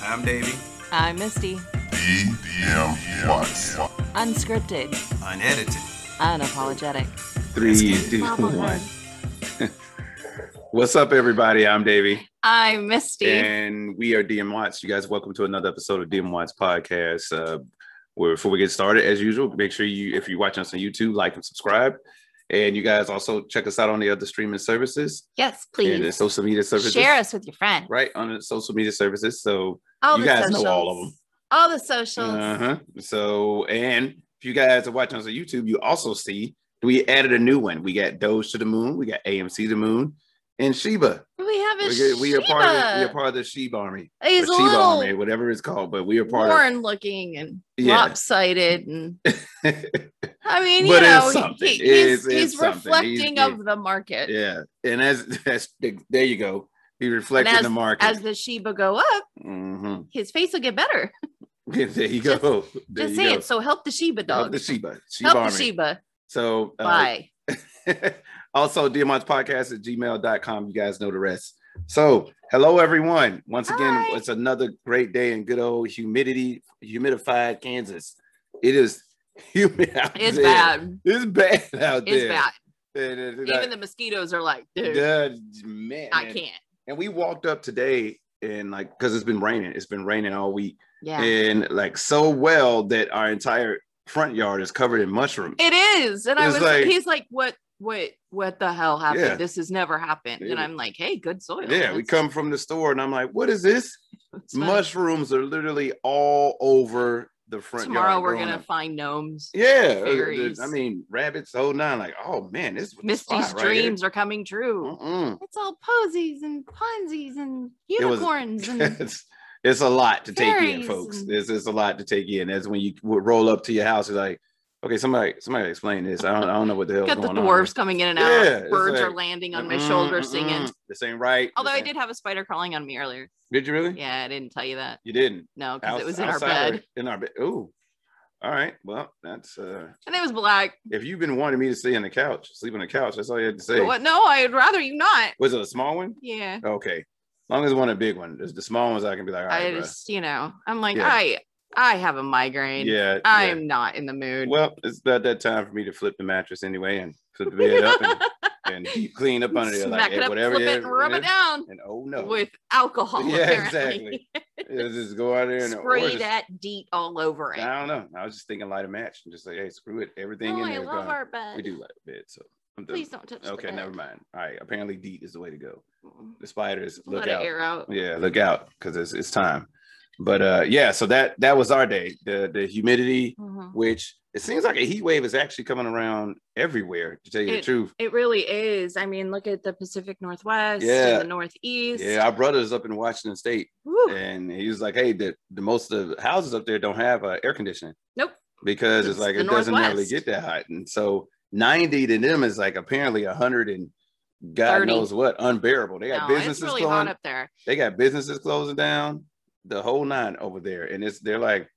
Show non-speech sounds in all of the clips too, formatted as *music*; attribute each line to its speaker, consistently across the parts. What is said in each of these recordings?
Speaker 1: I'm Davey.
Speaker 2: I'm Misty.
Speaker 3: DM Watts.
Speaker 2: Unscripted,
Speaker 1: Unedited.
Speaker 2: unapologetic.
Speaker 4: Three, two, one. *laughs* What's up, everybody? I'm Davey,
Speaker 5: I'm Misty.
Speaker 4: and we are DM Watts. You guys, welcome to another episode of DM Watts Podcast. Uh, where before we get started, as usual, make sure you, if you're watching us on YouTube, like and subscribe. And you guys also check us out on the other streaming services
Speaker 5: yes,
Speaker 4: and the
Speaker 5: please
Speaker 4: social media services.
Speaker 5: share us with your friend.
Speaker 4: right on the social media services. So
Speaker 5: All
Speaker 4: You
Speaker 5: the
Speaker 4: guys know
Speaker 5: socials.
Speaker 4: all of 'em.
Speaker 5: All the socials.
Speaker 4: Uh-huh. So, and if you guys are watching us on YouTube, you also see we added a new one. We got Doge to the Moon, we got AMC to the Moon, and Sheba.
Speaker 5: We have a
Speaker 4: We,
Speaker 5: Sheba.
Speaker 4: get- we are part of the, we are part of the Sheba Army,
Speaker 5: He's
Speaker 4: or
Speaker 5: a
Speaker 4: Sheba Army,
Speaker 5: little
Speaker 4: whatever it's called. But we are part
Speaker 5: worn looking and
Speaker 4: Yeah.
Speaker 5: lopsided, and
Speaker 4: of.
Speaker 5: I mean,
Speaker 4: But
Speaker 5: you
Speaker 4: it's
Speaker 5: know,
Speaker 4: something.
Speaker 5: he- he-
Speaker 4: It
Speaker 5: he's,
Speaker 4: is- it's
Speaker 5: he's
Speaker 4: something.
Speaker 5: reflecting
Speaker 4: He's-
Speaker 5: of the market.
Speaker 4: *laughs* yeah, and as that's there you go. He reflects in
Speaker 5: as-
Speaker 4: the market.
Speaker 5: As the Sheba go up,
Speaker 4: Mhm.
Speaker 5: his face will get better.
Speaker 4: *laughs* There you
Speaker 5: Just-
Speaker 4: go. There
Speaker 5: Just
Speaker 4: you
Speaker 5: saying.
Speaker 4: go.
Speaker 5: So help the Sheba
Speaker 4: Help
Speaker 5: dog.
Speaker 4: the Sheba, Sheba
Speaker 5: Help the
Speaker 4: Army.
Speaker 5: Sheba.
Speaker 4: So uh,
Speaker 5: Bye.
Speaker 4: *laughs* also DMOnt's podcast at gmail.com. You guys know the rest. So hello everyone. Once again,
Speaker 5: Hi.
Speaker 4: it's another great day in good old humidity, humidified Kansas. It is *laughs* humid out
Speaker 5: It's
Speaker 4: there.
Speaker 5: bad.
Speaker 4: It's bad out
Speaker 5: It's
Speaker 4: there.
Speaker 5: bad.
Speaker 4: It is-
Speaker 5: Even the mosquitoes are like, dude,
Speaker 4: Good, man.
Speaker 5: I can't.
Speaker 4: And we walked up today and like because it's been raining. It's been raining all week.
Speaker 5: Yeah.
Speaker 4: And like so well that our entire front yard is covered in mushrooms.
Speaker 5: *laughs* It is. And I
Speaker 4: It's
Speaker 5: was
Speaker 4: like-
Speaker 5: he's like, what what what the hell happened?
Speaker 4: Yeah.
Speaker 5: This has never happened.
Speaker 4: Yeah.
Speaker 5: And I'm like, hey, good soil.
Speaker 4: yeah, we
Speaker 5: That's-
Speaker 4: come from the store and I'm like, what is this?
Speaker 5: that's fine.
Speaker 4: mushrooms are literally all over the front
Speaker 5: tomorrow
Speaker 4: yard
Speaker 5: we're
Speaker 4: growing
Speaker 5: gonna
Speaker 4: up.
Speaker 5: find gnomes.
Speaker 4: yeah uh,
Speaker 5: fairies.
Speaker 4: i mean rabbits oh nine like oh man this was the
Speaker 5: Misty's
Speaker 4: spot right Mm-hmm. here.
Speaker 5: dreams are coming true.
Speaker 4: Mm-mm.
Speaker 5: It's all posies and ponzies and
Speaker 4: was- *laughs*
Speaker 5: unicorns and
Speaker 4: it's, it's a lot to take in
Speaker 5: Mm-hmm. Fairies
Speaker 4: folks
Speaker 5: and-
Speaker 4: it's, it's a lot to take in that's when you would roll up to your house it's like okay somebody somebody explain this i don't, I don't know what the
Speaker 5: *laughs*
Speaker 4: hell
Speaker 5: got the
Speaker 4: going
Speaker 5: dwarves coming in and out.
Speaker 4: Yeah, it's
Speaker 5: Birds are
Speaker 4: like,
Speaker 5: landing
Speaker 4: on
Speaker 5: on my shoulder singing.
Speaker 4: this ain't right
Speaker 5: Although
Speaker 4: This
Speaker 5: I
Speaker 4: ain't-
Speaker 5: did have a spider crawling on me
Speaker 4: *laughs*
Speaker 5: earlier.
Speaker 4: did you really
Speaker 5: Yeah, I didn't tell you that.
Speaker 4: you didn't
Speaker 5: No, because
Speaker 4: Outs-
Speaker 5: it was in our
Speaker 4: outside or
Speaker 5: bed.
Speaker 4: in our bed Ooh. all right well that's uh
Speaker 5: And it was black.
Speaker 4: if you've been wanting me to stay on the couch, sleep on the couch, that's all you had to say.
Speaker 5: But what no, I'd rather you not.
Speaker 4: Was it a small one?
Speaker 5: Yeah.
Speaker 4: Okay. As long as it wasn't a big one. The the small ones I can be like, all
Speaker 5: I
Speaker 4: right, bruh.
Speaker 5: just, you know, I'm like,
Speaker 4: Yeah.
Speaker 5: I I have a migraine.
Speaker 4: yeah.
Speaker 5: I'm not in the
Speaker 4: yeah.
Speaker 5: mood.
Speaker 4: Well, it's about that time for me to flip the mattress anyway and flip the bed up and,
Speaker 5: *laughs*
Speaker 4: and deep clean up under there.
Speaker 5: Smack
Speaker 4: Like,
Speaker 5: it
Speaker 4: eh,
Speaker 5: up,
Speaker 4: whatever.
Speaker 5: flip
Speaker 4: yeah,
Speaker 5: it, and rub it
Speaker 4: yeah.
Speaker 5: down
Speaker 4: And oh no.
Speaker 5: with alcohol.
Speaker 4: *laughs* Yeah,
Speaker 5: apparently. *laughs*
Speaker 4: Yeah, just go out there and or
Speaker 5: Spray
Speaker 4: just-
Speaker 5: that DEET all over it.
Speaker 4: I don't know. I was just thinking light a match and just like, hey, screw it. Everything
Speaker 5: Oh,
Speaker 4: in
Speaker 5: I
Speaker 4: there is
Speaker 5: love
Speaker 4: gone.
Speaker 5: our
Speaker 4: we
Speaker 5: bed.
Speaker 4: do light a bed. So I'm done.
Speaker 5: Please don't touch the
Speaker 4: Okay,
Speaker 5: bed.
Speaker 4: never mind. All right. Apparently DEET is the way to go.
Speaker 5: Mm.
Speaker 4: The spiders look
Speaker 5: Let
Speaker 4: out.
Speaker 5: it air out.
Speaker 4: yeah look out because it's, it's time but uh yeah so that that was our day the the humidity
Speaker 5: Mhm.
Speaker 4: which it seems like a heat wave is actually coming around everywhere to tell you the
Speaker 5: It-
Speaker 4: truth
Speaker 5: It really is. I mean, look at the Pacific Northwest
Speaker 4: Yeah.
Speaker 5: and the Northeast.
Speaker 4: yeah our brother's up in washington state
Speaker 5: Whew.
Speaker 4: and he was like hey the, the most of the houses up there don't have uh, air conditioning
Speaker 5: Nope.
Speaker 4: because it's,
Speaker 5: It's
Speaker 4: like
Speaker 5: the
Speaker 4: it doesn't really
Speaker 5: Northwest.
Speaker 4: get that hot and so 90 to them is like apparently 100 and god
Speaker 5: 30.
Speaker 4: knows what unbearable they
Speaker 5: No,
Speaker 4: got
Speaker 5: it's
Speaker 4: businesses
Speaker 5: really
Speaker 4: going
Speaker 5: hot up there.
Speaker 4: they got businesses closing down, the whole nine over there, and it's they're like,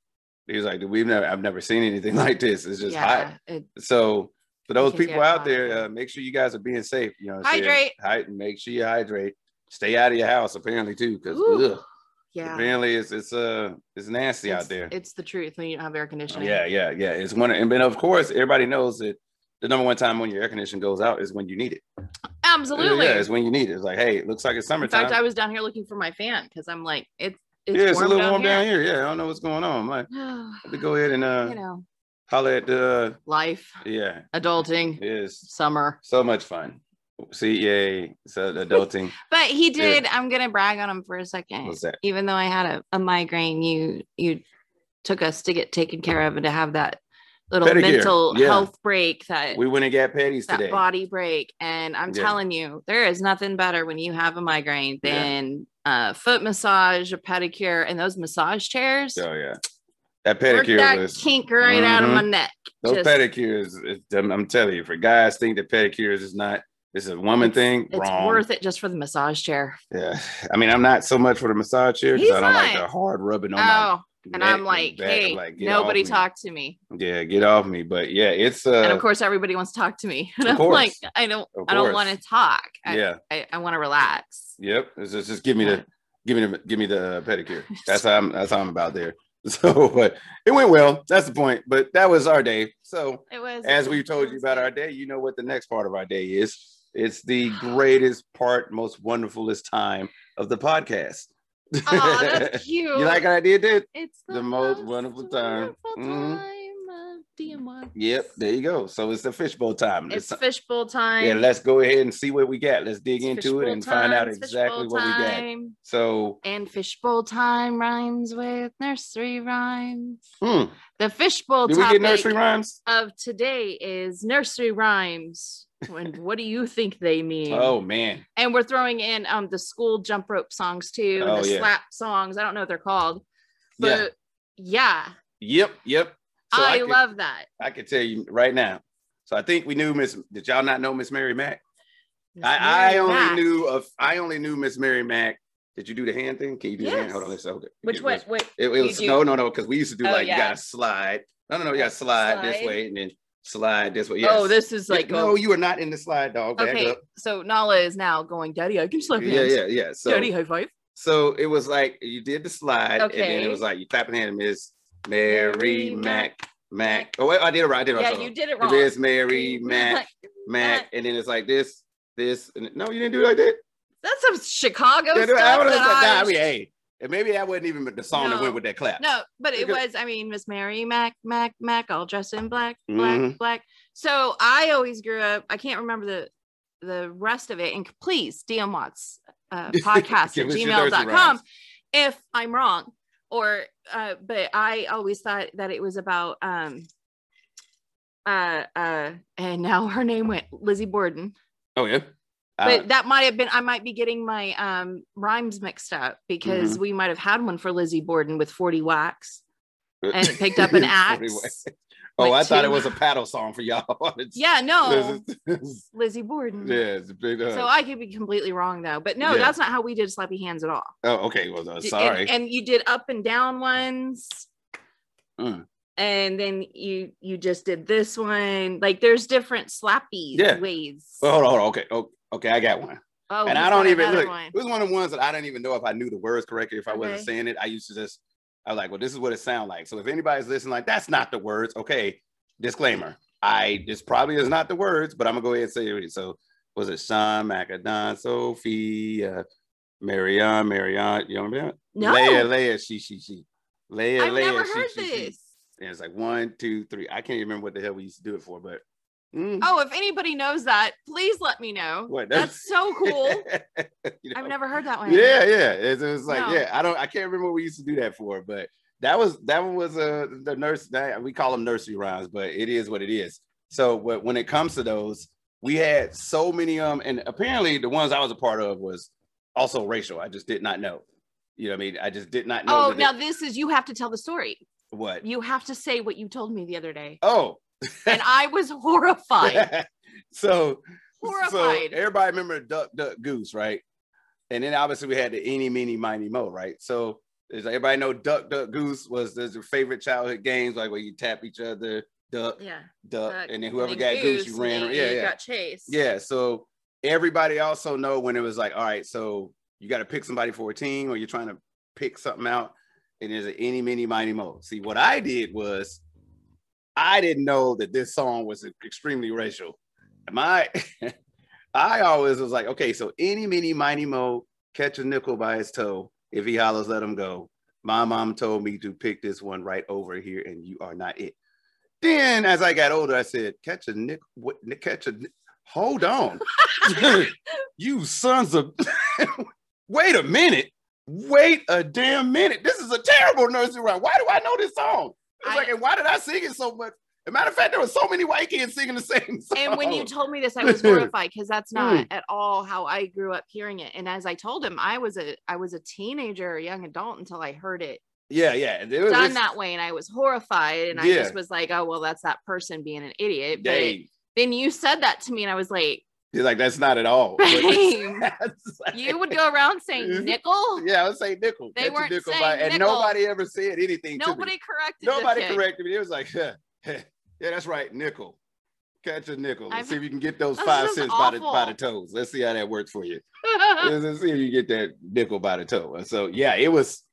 Speaker 4: he's like, we've never, I've never seen anything *laughs* like this. It's just hot.
Speaker 5: it-
Speaker 4: So for those
Speaker 5: can
Speaker 4: people
Speaker 5: get
Speaker 4: out
Speaker 5: hot.
Speaker 4: there, uh, make sure you guys are being safe. You know, what I'm saying?
Speaker 5: Hydrate.
Speaker 4: Hy- make sure you hydrate. Stay out of your house, apparently too,
Speaker 5: Ooh.
Speaker 4: because
Speaker 5: yeah.
Speaker 4: apparently it's it's uh it's nasty
Speaker 5: it's,
Speaker 4: out there.
Speaker 5: It's the truth when you don't have air conditioning.
Speaker 4: Oh, Yeah, yeah, yeah. It's one, and then of course everybody knows that the number one time when your air conditioning goes out is when you need it.
Speaker 5: Absolutely.
Speaker 4: yeah, it's when you need it. It's like, hey, it looks like it's
Speaker 5: In
Speaker 4: summertime.
Speaker 5: fact, I was down here looking for my fan because I'm like, it's it's,
Speaker 4: yeah, it's
Speaker 5: warm
Speaker 4: a little
Speaker 5: down
Speaker 4: warm
Speaker 5: here.
Speaker 4: down here. Yeah, I don't know what's going on. I'm like, Let me go ahead and uh
Speaker 5: *sighs* you know,
Speaker 4: holler at the uh,
Speaker 5: life,
Speaker 4: yeah,
Speaker 5: adulting,
Speaker 4: it's
Speaker 5: summer.
Speaker 4: so much fun. See, yay, so
Speaker 5: *laughs*
Speaker 4: the adulting.
Speaker 5: But he did. I'm gonna brag on him for a second.
Speaker 4: What's that?
Speaker 5: Even though I had a, a migraine, you you took us to get taken care of and to have that little
Speaker 4: Pedicure,
Speaker 5: mental
Speaker 4: yeah.
Speaker 5: health break that
Speaker 4: We went and got patties
Speaker 5: that
Speaker 4: today.
Speaker 5: body break. And I'm
Speaker 4: Yeah.
Speaker 5: telling you, there is nothing better when you have a migraine
Speaker 4: Yeah.
Speaker 5: than uh, foot massage, a pedicure, and those massage chairs.
Speaker 4: So yeah, that
Speaker 5: Work that
Speaker 4: pedicure was
Speaker 5: kink right out of my neck.
Speaker 4: those
Speaker 5: just-
Speaker 4: pedicures. is- I'm, I'm telling you, for guys think that pedicures is not it's a woman thing.
Speaker 5: It's
Speaker 4: wrong.
Speaker 5: worth it just for the massage chair.
Speaker 4: yeah, I mean, I'm not so much for the massage chair because
Speaker 5: He's
Speaker 4: I don't like
Speaker 5: not.
Speaker 4: the hard rubbing on my
Speaker 5: oh, and
Speaker 4: neck
Speaker 5: I'm like,
Speaker 4: back,
Speaker 5: hey,
Speaker 4: like, get off
Speaker 5: nobody
Speaker 4: me.
Speaker 5: talk to me.
Speaker 4: Yeah, get off me. But yeah, it's uh,
Speaker 5: and of course, everybody wants to talk to me. *laughs* And
Speaker 4: of
Speaker 5: I'm like,
Speaker 4: course.
Speaker 5: I don't,
Speaker 4: Of
Speaker 5: I don't
Speaker 4: course.
Speaker 5: want to talk. I,
Speaker 4: yeah,
Speaker 5: I, I want to relax.
Speaker 4: yep. It's just, just give me the Give me the give me the
Speaker 5: *laughs*
Speaker 4: uh, pedicure. That's how I'm that's how I'm about there. *laughs* So, but it went well. That's the point. But that was our day. So,
Speaker 5: It was
Speaker 4: as we told you about our day, you know what the next part of our day is. It's the greatest part, most wonderfulest time of the podcast.
Speaker 5: Oh,
Speaker 4: *laughs*
Speaker 5: that's cute.
Speaker 4: you like what I did there?
Speaker 5: It's
Speaker 4: the most wonderful time.
Speaker 5: wonderful
Speaker 4: Mhm.
Speaker 5: time of DMY.
Speaker 4: Yep, there you go. So it's the fishbowl time.
Speaker 5: It's
Speaker 4: It's-
Speaker 5: fishbowl time.
Speaker 4: yeah, let's go ahead and see what we got. Let's dig
Speaker 5: It's
Speaker 4: into it
Speaker 5: fishbowl
Speaker 4: and find out
Speaker 5: time, it's
Speaker 4: exactly
Speaker 5: fishbowl
Speaker 4: what we got.
Speaker 5: time.
Speaker 4: So,
Speaker 5: And fishbowl time rhymes with nursery rhymes.
Speaker 4: hmm,
Speaker 5: The fishbowl
Speaker 4: did we
Speaker 5: topic
Speaker 4: get nursery rhymes?
Speaker 5: of today is nursery rhymes. And what do you think they mean?
Speaker 4: Oh man,
Speaker 5: And we're throwing in um the school jump rope songs too, and
Speaker 4: Oh,
Speaker 5: the
Speaker 4: yeah.
Speaker 5: slap songs. I don't know what they're called,
Speaker 4: yeah,
Speaker 5: but yeah,
Speaker 4: yep, yep. So
Speaker 5: I,
Speaker 4: could-
Speaker 5: love that.
Speaker 4: I can tell you right now. So I think we knew Miss. Did y'all not know Miss Mary Mack?
Speaker 5: Miss
Speaker 4: I, I
Speaker 5: Mary
Speaker 4: only
Speaker 5: Mack.
Speaker 4: knew of. I only knew Miss Mary Mack. Did you do the hand thing? Can you do the hand?
Speaker 5: Yes.
Speaker 4: Hold on, let's hold it.
Speaker 5: which
Speaker 4: It
Speaker 5: what
Speaker 4: was-
Speaker 5: what
Speaker 4: It, it
Speaker 5: you
Speaker 4: was
Speaker 5: do-
Speaker 4: no, no, no. Because we used to do
Speaker 5: Oh,
Speaker 4: like you
Speaker 5: yeah.
Speaker 4: gotta slide. No, no, no. You gotta slide, this
Speaker 5: Slide.
Speaker 4: way and then slide this way. Yes.
Speaker 5: Oh, this is
Speaker 4: Yeah,
Speaker 5: like
Speaker 4: no,
Speaker 5: oh,
Speaker 4: you are not in the slide, dog. Back
Speaker 5: okay.
Speaker 4: up.
Speaker 5: So Nala is now going, Daddy, *laughs* I can slap
Speaker 4: Yeah,
Speaker 5: hands.
Speaker 4: yeah, yeah. So,
Speaker 5: Daddy, high five.
Speaker 4: so it was like you did the slide, and then
Speaker 5: Okay.
Speaker 4: it was like you clapping hand, Miss
Speaker 5: Mary
Speaker 4: Mary Mack, Mack. Oh, wait, I did it right. I did it right.
Speaker 5: Yeah,
Speaker 4: Hold
Speaker 5: you
Speaker 4: on.
Speaker 5: did it wrong.
Speaker 4: Miss Mary Mack. Mac, and then it's like this, this, and no, you didn't do it like that.
Speaker 5: *laughs* That's some Chicago
Speaker 4: Yeah,
Speaker 5: stuff.
Speaker 4: dude, I would've said,
Speaker 5: that
Speaker 4: nah, I
Speaker 5: I-
Speaker 4: mean, hey, and maybe that wasn't even the song that
Speaker 5: No.
Speaker 4: went with that clap.
Speaker 5: No, but it
Speaker 4: Because-
Speaker 5: was, I mean, Miss Mary Mac, Mac, Mac, all dressed in black, black,
Speaker 4: Mhm.
Speaker 5: black. So I always grew up, I can't remember the the rest of it. And please, DM Watts uh, podcast
Speaker 4: *laughs* Give
Speaker 5: at
Speaker 4: us your nursery
Speaker 5: gmail.com
Speaker 4: rhymes.
Speaker 5: if I'm wrong. Or uh, but I always thought that it was about um uh uh and now her name went Lizzie Borden.
Speaker 4: Oh yeah.
Speaker 5: But
Speaker 4: Uh,
Speaker 5: that might have been I might be getting my um rhymes mixed up because
Speaker 4: Mm-hmm.
Speaker 5: we might have had one for Lizzie Borden with 40 wax
Speaker 4: *laughs*
Speaker 5: and it picked up an axe.
Speaker 4: Oh,
Speaker 5: like
Speaker 4: I thought
Speaker 5: two-
Speaker 4: it was a paddle song for y'all. *laughs* It's-
Speaker 5: Yeah, no.
Speaker 4: this is-
Speaker 5: Lizzie Borden.
Speaker 4: yeah, it's a big. Uh,
Speaker 5: So I could be completely wrong though. But no,
Speaker 4: Yeah.
Speaker 5: that's not how we did slappy hands at all.
Speaker 4: oh, okay. Well, uh,
Speaker 5: D-
Speaker 4: sorry.
Speaker 5: And, and you did up and down ones.
Speaker 4: Mm.
Speaker 5: And then you you just did this one. Like there's different slappy
Speaker 4: Yeah.
Speaker 5: ways.
Speaker 4: Well, hold on, hold on. Okay. Oh, okay. I got one.
Speaker 5: Oh,
Speaker 4: and
Speaker 5: he's
Speaker 4: I don't
Speaker 5: got
Speaker 4: even
Speaker 5: another
Speaker 4: look.
Speaker 5: one.
Speaker 4: It was one of the ones that I didn't even know if I knew the words correctly if I wasn't
Speaker 5: Okay.
Speaker 4: saying it. I used to just I was like, well, this is what it sounds like. So if anybody's listening, like that's not the words. Okay, disclaimer. I this probably is not the words, but I'm gonna go ahead and say it. So was it Sean Macadon, Sophia, Marion, Marion? You know what I mean?
Speaker 5: No,
Speaker 4: Leia, Leia, she, she, she. Leia,
Speaker 5: I've
Speaker 4: Leia,
Speaker 5: never
Speaker 4: she,
Speaker 5: heard
Speaker 4: she, she.
Speaker 5: this.
Speaker 4: And it's like one, two, three. I can't even remember what the hell we used to do it for, but mm,
Speaker 5: Oh, if anybody knows that, please let me know.
Speaker 4: What, that's-
Speaker 5: That's so Oh, cool.
Speaker 4: *laughs* you
Speaker 5: I've
Speaker 4: know?
Speaker 5: never heard that one.
Speaker 4: yeah yeah it's, it's like
Speaker 5: No.
Speaker 4: yeah i don't i can't remember what we used to do that for but that was that one was uh the nurse that we call them nursery rhymes but it is what it is so but when it comes to those we had so many of them and apparently the ones i was a part of was also racial i just did not know you know what i mean i just did not know
Speaker 5: Oh,
Speaker 4: that it-
Speaker 5: now this is you have to tell the story.
Speaker 4: what
Speaker 5: You have to say what you told me the other day.
Speaker 4: *laughs* oh
Speaker 5: And I was
Speaker 4: *laughs*
Speaker 5: horrified.
Speaker 4: so
Speaker 5: Horrified.
Speaker 4: So everybody remember Duck Duck Goose, right? And then obviously we had the Eeny Meeny Miny Mo, right? So does everybody know Duck Duck Goose was there's your favorite childhood games, like where you tap each other, duck,
Speaker 5: yeah. Duck,
Speaker 4: duck, Uh, and then whoever got goose, you ran.
Speaker 5: and
Speaker 4: yeah,
Speaker 5: you
Speaker 4: yeah,
Speaker 5: Got chased.
Speaker 4: yeah. So everybody also know when it was like, all right, so you got to pick somebody for a team, or you're trying to pick something out, and there's an Eeny Meeny Miny Mo. See, what I did was I didn't know that this song was extremely racial. My, *laughs* I always was like, okay, so any, mini, miny, mo, catch a nickel by his toe. If he hollers, let him go. My mom told me to pick this one right over here, and you are not it. Then, as I got older, I said, catch a nickel, what, ni- catch a, ni- hold on, *laughs* you sons of, *laughs* wait a minute, wait a damn minute. This is a terrible nursery rhyme. Why do I know this song? It's
Speaker 5: I-
Speaker 4: like, and why did I sing it so much? As a matter of fact, there were so many white kids singing the same *laughs* song.
Speaker 5: And when you told me this, I
Speaker 4: *laughs*
Speaker 5: was horrified because
Speaker 4: Hmm.
Speaker 5: that's not at all how I grew up hearing it. And as I told him, I was a I was a teenager or young adult until I heard it
Speaker 4: Yeah, yeah. It was,
Speaker 5: done
Speaker 4: it's-
Speaker 5: that way. And I was horrified. And I
Speaker 4: Yeah.
Speaker 5: just was like, oh well, that's that person being an idiot. But
Speaker 4: Dang.
Speaker 5: then you said that to me, and I was like,
Speaker 4: He's like, that's not at all. what *laughs* it
Speaker 5: Bang.
Speaker 4: sounds like.
Speaker 5: you would go around
Speaker 4: *laughs*
Speaker 5: saying nickel.
Speaker 4: Yeah, I would say nickel.
Speaker 5: They
Speaker 4: Catch a
Speaker 5: weren't
Speaker 4: nickel
Speaker 5: saying
Speaker 4: by- and
Speaker 5: nickel.
Speaker 4: nobody ever said anything to me.
Speaker 5: Nobody corrected. the
Speaker 4: Nobody
Speaker 5: kid.
Speaker 4: *laughs* corrected me. It was like, yeah, that's right, nickel. Catch a nickel. Let's
Speaker 5: I've-
Speaker 4: see if you can get those
Speaker 5: This
Speaker 4: five
Speaker 5: is
Speaker 4: cents by the, by
Speaker 5: awful. Uh
Speaker 4: the toes. Let's see how that works for you.
Speaker 5: *laughs*
Speaker 4: Let's see if you get that nickel by the toe. And so, yeah, it was,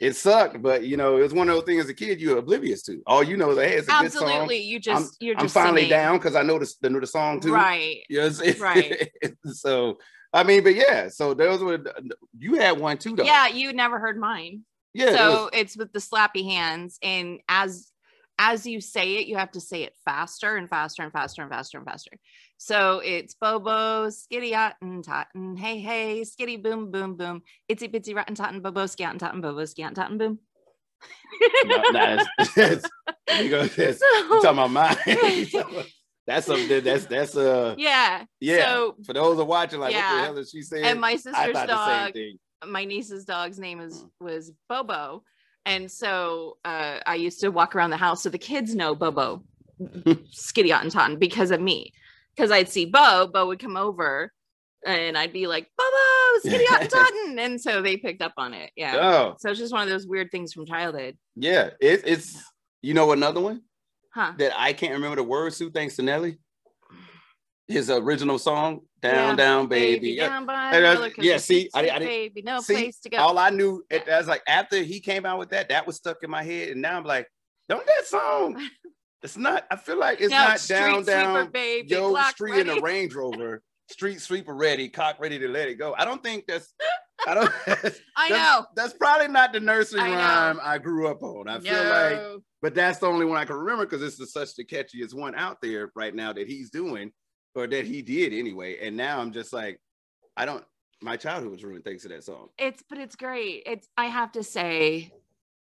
Speaker 4: it sucked, but you know, it was one of those things as a kid you're oblivious to. All you know is, hey, it's a good song.
Speaker 5: Absolutely. You just you're
Speaker 4: I'm
Speaker 5: just
Speaker 4: finally
Speaker 5: singing.
Speaker 4: down because I know the, the, know the song too.
Speaker 5: Right.
Speaker 4: You know what I'm saying?
Speaker 5: Right.
Speaker 4: *laughs* so, I mean, but yeah, so those were, you had one too, though.
Speaker 5: Yeah, you never heard mine.
Speaker 4: Yeah. it
Speaker 5: so *laughs*
Speaker 4: was-
Speaker 5: it's with the slappy hands and as as you say it, you have to say it faster and faster and faster and faster and faster. So it's Bobo, skitty and totten, hey, hey, skitty boom, boom, boom, itsy bitsy rotten totten, Bobo, scout and totten, Bobo, scout and totten, boom.
Speaker 4: no, no, *laughs* it's- it's- you go, *laughs* it's-
Speaker 5: *laughs*
Speaker 4: you
Speaker 5: So-
Speaker 4: talking about mine. *laughs*
Speaker 5: *laughs*
Speaker 4: You talking about- that's something that's, that's, uh,
Speaker 5: yeah.
Speaker 4: yeah.
Speaker 5: So,
Speaker 4: For those who are watching, like, what
Speaker 5: Yeah.
Speaker 4: the hell is she saying?
Speaker 5: and my
Speaker 4: I
Speaker 5: sister's
Speaker 4: thought the same
Speaker 5: dog,
Speaker 4: thing.
Speaker 5: my niece's dog's name
Speaker 4: Mm.
Speaker 5: is was Bobo, and so uh, I used to walk around the house so the kids know
Speaker 4: *laughs*
Speaker 5: Bobo, Skitty Ottentotten because of me, because I'd see Bo, Bo would come over, and I'd be like Bobo, Skitty
Speaker 4: *laughs*
Speaker 5: Ottentotten, and so they picked up on it. Yeah.
Speaker 4: Oh,
Speaker 5: So it's just one of those weird things from childhood,
Speaker 4: yeah. It, it's, you know, another one?
Speaker 5: huh?
Speaker 4: that I can't remember the words to, thanks to Nelly. His original song, Down,
Speaker 5: Yeah,
Speaker 4: Down, Baby. Yeah.
Speaker 5: down by
Speaker 4: And
Speaker 5: the
Speaker 4: I-
Speaker 5: roller coaster,
Speaker 4: yeah,
Speaker 5: sweet,
Speaker 4: see, I di-
Speaker 5: sweet
Speaker 4: I di-
Speaker 5: baby, no
Speaker 4: see,
Speaker 5: place to go.
Speaker 4: All I knew, it, I was like, after he came out with that, that was stuck in my head. And now I'm like, don't
Speaker 5: *laughs*
Speaker 4: that song, it's not, I feel like it's
Speaker 5: No,
Speaker 4: not
Speaker 5: street
Speaker 4: down,
Speaker 5: sweeper,
Speaker 4: down,
Speaker 5: baby,
Speaker 4: yo,
Speaker 5: Glock
Speaker 4: street in
Speaker 5: ready.
Speaker 4: a
Speaker 5: *laughs*
Speaker 4: Range Rover, street sweeper ready, cock ready to let it go. I don't think that's, I don't,
Speaker 5: *laughs*
Speaker 4: *laughs*
Speaker 5: I
Speaker 4: that's-
Speaker 5: know.
Speaker 4: That's probably not the nursery
Speaker 5: I know.
Speaker 4: rhyme I grew up on. I feel like
Speaker 5: No.
Speaker 4: but that's the only one I can remember because this is such the catchiest one out there right now that he's doing or that he did anyway. And now I'm just like, I don't. My childhood was ruined thanks to that song.
Speaker 5: it's but it's great it's i have to say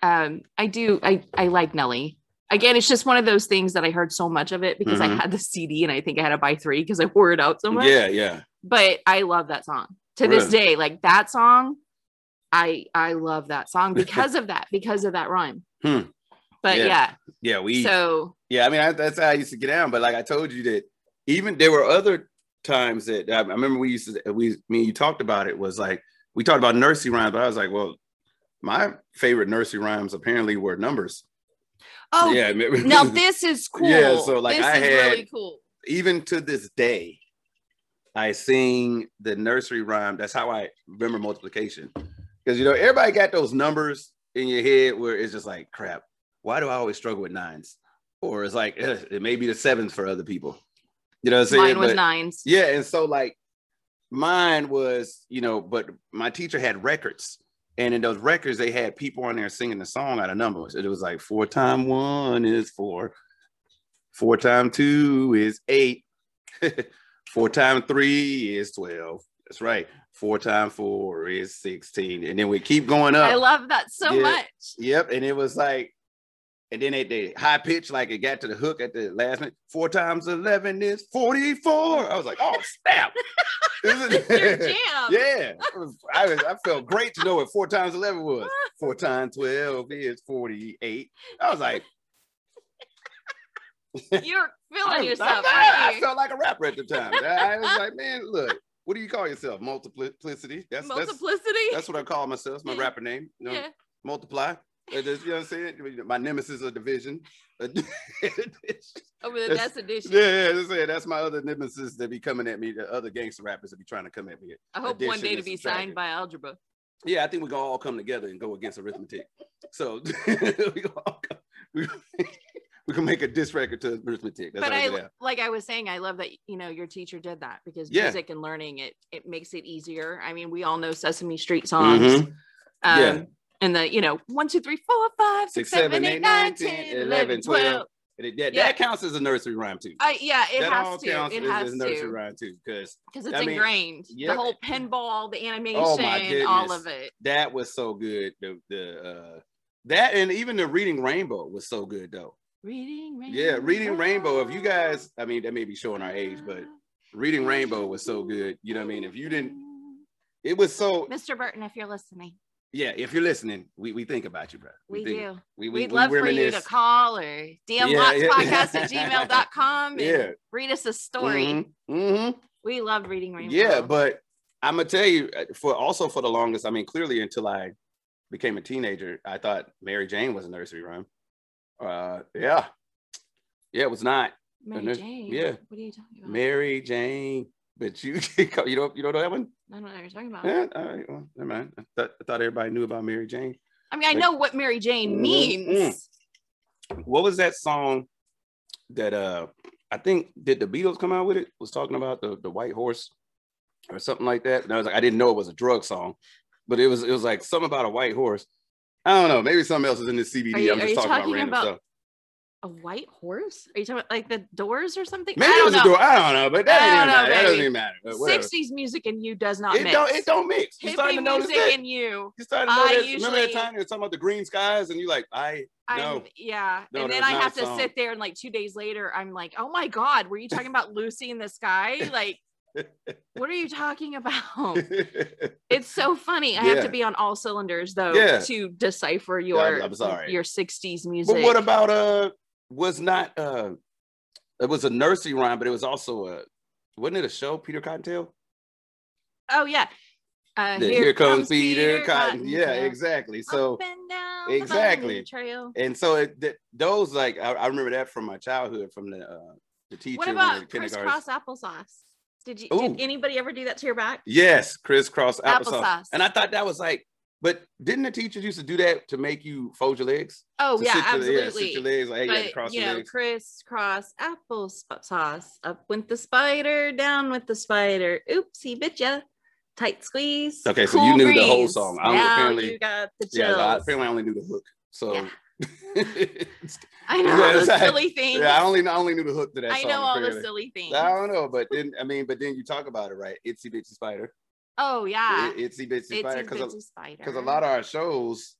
Speaker 5: um i do i i like nelly again it's just one of those things that i heard so much of it because i
Speaker 4: Mhm.
Speaker 5: had the cd and i think i had to buy three because i wore it out so much
Speaker 4: Yeah, yeah.
Speaker 5: but i love that song to this day like that song i i love that
Speaker 4: *laughs*
Speaker 5: song because of that because of that rhyme
Speaker 4: Hmm.
Speaker 5: but
Speaker 4: Yeah,
Speaker 5: yeah,
Speaker 4: Yeah, we.
Speaker 5: so
Speaker 4: yeah, I mean, I, that's how I used to get down. But like I told you that even there were other times that I, I remember we used to, we, me and you talked about it was like, we talked about nursery rhymes, but I was like, well, my favorite nursery rhymes apparently were numbers.
Speaker 5: oh
Speaker 4: yeah. *laughs*
Speaker 5: now this is cool
Speaker 4: Yeah, so, like,
Speaker 5: this
Speaker 4: I
Speaker 5: is
Speaker 4: had-
Speaker 5: really cool
Speaker 4: even to this day, I sing the nursery rhyme. That's how I remember multiplication. Because you know, everybody got those numbers in your head where it's just like, crap, why do I always struggle with nines? Or it's like, "Ugh, it may be the sevens for other people. You know what I'm saying?
Speaker 5: mine was
Speaker 4: But-
Speaker 5: nines
Speaker 4: yeah, and so like mine was, you know, but my teacher had records. And in those records, they had people on there singing the song out of numbers. It was like four time one is four, four time two is eight, *laughs* four time three is twelve. That's right. Four time four is sixteen, and then we keep going up.
Speaker 5: i love that so
Speaker 4: Yeah.
Speaker 5: much *laughs*
Speaker 4: Yep, and it was like, and then at the high pitch, like it got to the hook at the last minute. Four times eleven is forty-four. I was like, oh snap! *laughs* This
Speaker 5: it's your
Speaker 4: is-
Speaker 5: jam
Speaker 4: yeah, I was, I was. I felt great to know what four times eleven was. Four times twelve is forty-eight. I was like,
Speaker 5: you're feeling
Speaker 4: I,
Speaker 5: yourself
Speaker 4: I-
Speaker 5: aren't
Speaker 4: I
Speaker 5: you?
Speaker 4: felt like a rapper at the time. I, I was like, man, look, what do you call yourself? Multiplicity. That's that's
Speaker 5: multiplicity. *laughs*
Speaker 4: that's what I call myself. It's my
Speaker 5: Yeah.
Speaker 4: rapper name. You know,
Speaker 5: yeah.
Speaker 4: multiply. Uh, just, you know what I'm saying? My nemesis of division. *laughs* Uh, yeah,
Speaker 5: Over the
Speaker 4: that's-
Speaker 5: that's addition.
Speaker 4: yeah, that's, it. that's my other nemesis that be coming at me. The other gangster rappers that be trying to come at me.
Speaker 5: I hope one
Speaker 4: addition
Speaker 5: day to
Speaker 4: is
Speaker 5: be
Speaker 4: subtraction.
Speaker 5: signed by algebra.
Speaker 4: Yeah, I think we're gonna all come together and go against arithmetic. So *laughs* we gonna all come, we, *laughs* we can make a diss record to arithmetic. That's
Speaker 5: but
Speaker 4: how we
Speaker 5: I
Speaker 4: get out.
Speaker 5: like I was saying, I love that you know your teacher did that because
Speaker 4: Yeah.
Speaker 5: music and learning it it makes it easier. I mean, we all know Sesame Street songs.
Speaker 4: Mhm.
Speaker 5: Um
Speaker 4: Yeah.
Speaker 5: and the you know one, two, three, four, five, six, seven, eight, nine, ten, eleven, twelve.
Speaker 4: And it- that,
Speaker 5: Yeah.
Speaker 4: that counts as a nursery rhyme too.
Speaker 5: I yeah, it
Speaker 4: that
Speaker 5: has to. It
Speaker 4: as-
Speaker 5: has
Speaker 4: as nursery
Speaker 5: to
Speaker 4: rhyme too, because
Speaker 5: because it's
Speaker 4: I mean,
Speaker 5: ingrained. The
Speaker 4: yep.
Speaker 5: whole pinball, the animation,
Speaker 4: Oh, my
Speaker 5: all
Speaker 4: goodness.
Speaker 5: of it.
Speaker 4: that was so good. The the uh that and even the reading rainbow was so good though.
Speaker 5: Reading rainbow.
Speaker 4: Yeah, reading rainbow. If you guys, I mean, that may be showing our age, but reading rainbow was so good. You know what I mean? If you didn't, it was so.
Speaker 5: Mr. Burton, if you're listening,
Speaker 4: Yeah, if you're listening, we, we think about you, bro.
Speaker 5: we,
Speaker 4: think-
Speaker 5: do.
Speaker 4: We, we,
Speaker 5: We, would
Speaker 4: we
Speaker 5: love for you to
Speaker 4: reminisce.
Speaker 5: call or DM
Speaker 4: Yeah, yeah.
Speaker 5: podcast
Speaker 4: *laughs*
Speaker 5: at gmail.com and
Speaker 4: Yeah.
Speaker 5: read us a story.
Speaker 4: Mhm,
Speaker 5: We love reading
Speaker 4: mhm.
Speaker 5: rainbow.
Speaker 4: Yeah, but I'm gonna tell you uh, for also for the longest. I mean, clearly until I became a teenager, I thought Mary Jane was a nursery rhyme. Uh, yeah, yeah, it was not.
Speaker 5: Mary
Speaker 4: there's-
Speaker 5: Jane.
Speaker 4: yeah.
Speaker 5: What are you talking about?
Speaker 4: Mary Jane. But you *laughs* you don't you don't know that one?
Speaker 5: I don't know what you're talking about.
Speaker 4: Yeah, all right. Well, never mind. I thought, I thought everybody knew about Mary Jane.
Speaker 5: I mean, I know what Mary Jane
Speaker 4: Mhm.
Speaker 5: means.
Speaker 4: What was that song that uh I think did the Beatles come out with it? Was talking about the, the white horse or something like that. And I was like, I didn't know it was a drug song, but it was it was like something about a white horse. I don't know. Maybe something else is in this CBD.
Speaker 5: Are you-
Speaker 4: I'm
Speaker 5: are
Speaker 4: just
Speaker 5: you
Speaker 4: talking,
Speaker 5: talking
Speaker 4: about random
Speaker 5: about-
Speaker 4: stuff.
Speaker 5: A white horse? Are you talking about like the doors or something?
Speaker 4: Maybe
Speaker 5: I
Speaker 4: it
Speaker 5: don't
Speaker 4: was
Speaker 5: know.
Speaker 4: a door. I don't know, but
Speaker 5: I
Speaker 4: that,
Speaker 5: don't
Speaker 4: ain't matter.
Speaker 5: know,
Speaker 4: that doesn't
Speaker 5: baby.
Speaker 4: even matter. but whatever.
Speaker 5: 60s music and you does not
Speaker 4: It
Speaker 5: mix.
Speaker 4: don't it don't mix. You starting to
Speaker 5: Hippie
Speaker 4: notice
Speaker 5: music
Speaker 4: that?
Speaker 5: and you.
Speaker 4: You starting to know
Speaker 5: I
Speaker 4: that. Remember that
Speaker 5: usually-
Speaker 4: time they were talking about the green skies, and you like, I
Speaker 5: I'm
Speaker 4: No.
Speaker 5: yeah.
Speaker 4: No,
Speaker 5: and
Speaker 4: that
Speaker 5: then
Speaker 4: was
Speaker 5: I
Speaker 4: not
Speaker 5: have
Speaker 4: a
Speaker 5: to
Speaker 4: song.
Speaker 5: sit there and like two days later, I'm like, oh my God, were you talking about Lucy in the sky?
Speaker 4: *laughs*
Speaker 5: Like, what are you talking about?
Speaker 4: *laughs*
Speaker 5: It's so funny. I have
Speaker 4: Yeah.
Speaker 5: to be on all cylinders though
Speaker 4: Yeah.
Speaker 5: to decipher your
Speaker 4: I'm sorry.
Speaker 5: your 60s music.
Speaker 4: but what about uh was not uh it was a nursery rhyme, but it was also a wasn't it a show, Peter Cottontail?
Speaker 5: oh yeah. Uh,
Speaker 4: The Here, comes, Peter, Cotton. Yeah, exactly. So
Speaker 5: Up and down the
Speaker 4: exactly.
Speaker 5: bunny trail.
Speaker 4: and so it th- those like I, I remember that from my childhood from the uh the teacher
Speaker 5: What
Speaker 4: when we were in
Speaker 5: about
Speaker 4: kindergarten.
Speaker 5: crisscross applesauce? Did you
Speaker 4: Ooh.
Speaker 5: did anybody ever do that to your back?
Speaker 4: Yes, crisscross applesauce.
Speaker 5: Applesauce.
Speaker 4: And I thought that was like, but didn't the teachers used to do that to make you fold your legs?
Speaker 5: Oh
Speaker 4: To
Speaker 5: yeah,
Speaker 4: sit your-
Speaker 5: absolutely.
Speaker 4: yeah, sit your legs like, hey, you had to
Speaker 5: but
Speaker 4: cross
Speaker 5: you
Speaker 4: your
Speaker 5: know,
Speaker 4: legs.
Speaker 5: crisscross applesauce. Up went the spider, down with the spider. Oops, he bit ya. Tight squeeze.
Speaker 4: Okay, so you knew the whole
Speaker 5: breeze.
Speaker 4: song. I don't-
Speaker 5: now
Speaker 4: apparently-
Speaker 5: you got the chills.
Speaker 4: Yeah, I apparently I only knew the hook. So yeah,
Speaker 5: Yeah.
Speaker 4: *laughs*
Speaker 5: I know
Speaker 4: Yeah,
Speaker 5: all the
Speaker 4: it's like-
Speaker 5: silly things. *laughs*
Speaker 4: I only I only knew the hook to that
Speaker 5: I
Speaker 4: song.
Speaker 5: know all the
Speaker 4: apparently.
Speaker 5: silly things.
Speaker 4: I don't know, but then I mean, but then you talk about it, right? Itsy bitsy spider,
Speaker 5: Oh yeah,
Speaker 4: It- itsy bitsy
Speaker 5: it's
Speaker 4: spider,
Speaker 5: a
Speaker 4: because
Speaker 5: busy spider.
Speaker 4: because a lot of our shows,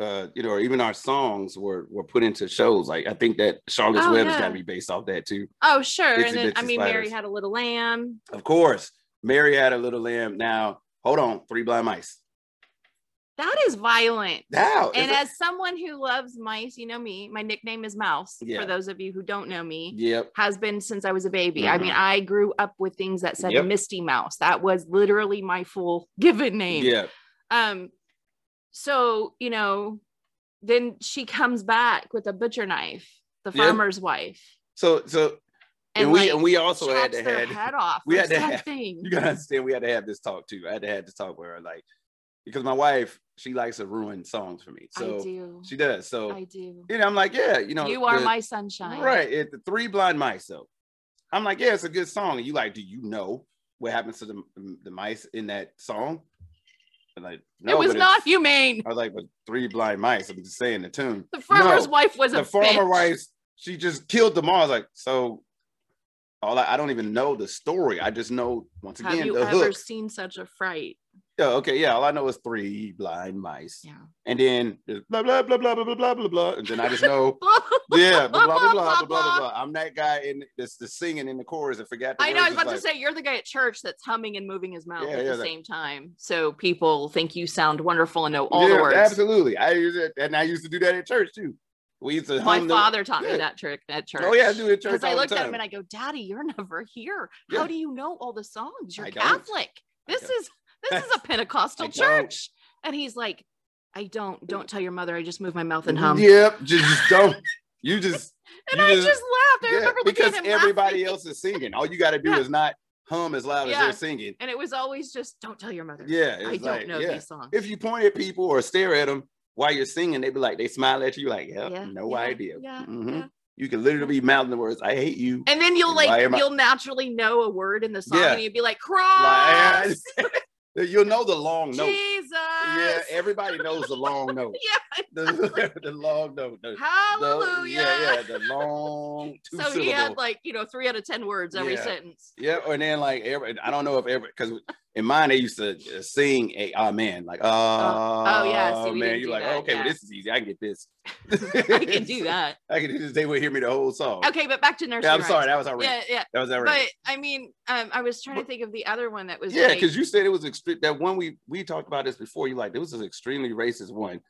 Speaker 4: uh, you know, or even our songs were were put into shows. Like I think that Charlotte's
Speaker 5: Oh,
Speaker 4: Web has
Speaker 5: yeah.
Speaker 4: got to be based off that too.
Speaker 5: oh sure,
Speaker 4: Itsy
Speaker 5: and then I
Speaker 4: Bitsy
Speaker 5: mean Mary
Speaker 4: Spiders.
Speaker 5: had a little lamb.
Speaker 4: Of course, Mary had a little lamb. Now hold on, three blind mice.
Speaker 5: That is violent.
Speaker 4: Now
Speaker 5: and
Speaker 4: is it-
Speaker 5: as someone who loves mice, you know me, my nickname is Mouse.
Speaker 4: Yeah.
Speaker 5: For those of you who don't know me,
Speaker 4: yep,
Speaker 5: has been since I was a baby. I mean,
Speaker 4: Mhm.
Speaker 5: I grew up with things that said
Speaker 4: Yep.
Speaker 5: Misty Mouse. That was literally my full *laughs* given name.
Speaker 4: yeah,
Speaker 5: Um, so you know, then she comes back with a butcher knife, the
Speaker 4: Yeah.
Speaker 5: farmer's wife,
Speaker 4: So so and, we
Speaker 5: like,
Speaker 4: and we also had
Speaker 5: chops
Speaker 4: to
Speaker 5: their
Speaker 4: had *laughs*
Speaker 5: head off.
Speaker 4: we
Speaker 5: or
Speaker 4: had to have-
Speaker 5: something.
Speaker 4: *laughs* you gotta understand we had to have this talk too. I had to have this talk with her like because my wife she likes to ruin songs for me.
Speaker 5: I
Speaker 4: So
Speaker 5: do.
Speaker 4: she does. So
Speaker 5: I do.
Speaker 4: you know I'm like yeah you know
Speaker 5: you are
Speaker 4: the-
Speaker 5: my sunshine.
Speaker 4: right it, the three blind mice though. I'm like yeah it's a good song and you like do you know what happens to the the mice in that song? And like no
Speaker 5: it was
Speaker 4: but
Speaker 5: not
Speaker 4: it's-
Speaker 5: humane.
Speaker 4: I was like but three blind mice. I'm just saying the tune.
Speaker 5: The farmer's
Speaker 4: No,
Speaker 5: wife was a
Speaker 4: the former
Speaker 5: bitch.
Speaker 4: wife she just killed them all. I was like so. All I, I don't even know the story. I just know once
Speaker 5: Have
Speaker 4: again
Speaker 5: you
Speaker 4: the
Speaker 5: ever
Speaker 4: hook.
Speaker 5: seen such a fright?
Speaker 4: Yeah, okay, yeah. All I know is three blind mice.
Speaker 5: *laughs* Yeah.
Speaker 4: And then there's blah blah blah blah blah blah blah blah blah. And then I
Speaker 5: *laughs*
Speaker 4: just know, yeah, blah blah blah blah blah blah blah. blah. I'm that guy in this the singing in the chorus and forgot the
Speaker 5: I know. I was
Speaker 4: words.
Speaker 5: about to
Speaker 4: It's
Speaker 5: say you're the guy at church that's humming and moving his mouth
Speaker 4: Yeah,
Speaker 5: at
Speaker 4: yeah,
Speaker 5: the
Speaker 4: that-
Speaker 5: same time, so people think you sound wonderful and know
Speaker 4: like,
Speaker 5: all
Speaker 4: yeah,
Speaker 5: the words.
Speaker 4: Absolutely. I used it and I used to do that at church too. We used to
Speaker 5: My
Speaker 4: hum the-
Speaker 5: father taught
Speaker 4: yeah.
Speaker 5: me that trick at church.
Speaker 4: Oh yeah, I do it at church.
Speaker 5: Because I
Speaker 4: all the
Speaker 5: looked at him
Speaker 4: time.
Speaker 5: and I go, Daddy, you're *laughs* never here.
Speaker 4: Yeah.
Speaker 5: How do you know all the songs? You're
Speaker 4: I don't.
Speaker 5: Catholic.
Speaker 4: I
Speaker 5: This
Speaker 4: don't.
Speaker 5: is this
Speaker 4: *laughs*
Speaker 5: is a Pentecostal
Speaker 4: I don't.
Speaker 5: church. And he's like, I don't. Don't tell your mother. I just move my mouth and hum.
Speaker 4: Yep, just,
Speaker 5: *laughs*
Speaker 4: just don't you just
Speaker 5: and
Speaker 4: you
Speaker 5: I
Speaker 4: just-
Speaker 5: just laughed. *laughs* I
Speaker 4: yeah,
Speaker 5: remember looking
Speaker 4: because
Speaker 5: at him
Speaker 4: everybody
Speaker 5: laughing.
Speaker 4: else is singing. All you gotta do
Speaker 5: Yeah.
Speaker 4: is not hum as loud as
Speaker 5: Yeah.
Speaker 4: they're singing.
Speaker 5: And it was always just, don't tell your mother.
Speaker 4: Yeah.
Speaker 5: I
Speaker 4: it's
Speaker 5: don't
Speaker 4: like,
Speaker 5: know
Speaker 4: yeah.
Speaker 5: these songs.
Speaker 4: if you point at people or stare at them while you're singing, they be like, they smile at you like, yep,
Speaker 5: Yeah,
Speaker 4: no
Speaker 5: yeah,
Speaker 4: idea.
Speaker 5: yeah,
Speaker 4: Mhm.
Speaker 5: yeah.
Speaker 4: You can literally be mouthing the words, I hate you.
Speaker 5: And then you'll
Speaker 4: Why
Speaker 5: like
Speaker 4: am I-
Speaker 5: you'll naturally know a word in the song,
Speaker 4: Yeah.
Speaker 5: and you'd be like,
Speaker 4: Like, *laughs*
Speaker 5: "Cross,
Speaker 4: You'll know the long note.
Speaker 5: Jesus,
Speaker 4: Yeah, everybody knows the long note.
Speaker 5: *laughs* Yeah,
Speaker 4: The, the long note. The, the,
Speaker 5: Hallelujah."
Speaker 4: yeah, yeah,
Speaker 5: *laughs*
Speaker 4: the long two
Speaker 5: So
Speaker 4: syllable.
Speaker 5: he had like you know three out of ten words every
Speaker 4: Yeah. *laughs*
Speaker 5: sentence.
Speaker 4: yeah, and then like every, I don't know if every because in mine they used to uh, sing a ah man like oh,
Speaker 5: oh, yeah, see, we
Speaker 4: man
Speaker 5: didn't
Speaker 4: you
Speaker 5: do
Speaker 4: like
Speaker 5: that,
Speaker 4: okay well,
Speaker 5: yeah.
Speaker 4: this is easy I can get this
Speaker 5: *laughs* I can do that.
Speaker 4: *laughs* I can do this they would hear me the whole song
Speaker 5: Okay, but back to nursery.
Speaker 4: Yeah, I'm
Speaker 5: rhymes.
Speaker 4: sorry. That was outrageous.
Speaker 5: Yeah, yeah.
Speaker 4: That was outrageous.
Speaker 5: But I mean, um, I was trying to think of the other one that was.
Speaker 4: yeah,
Speaker 5: like-
Speaker 4: because you said it was extreme. That one we we talked about this before. You like it was an extremely racist one,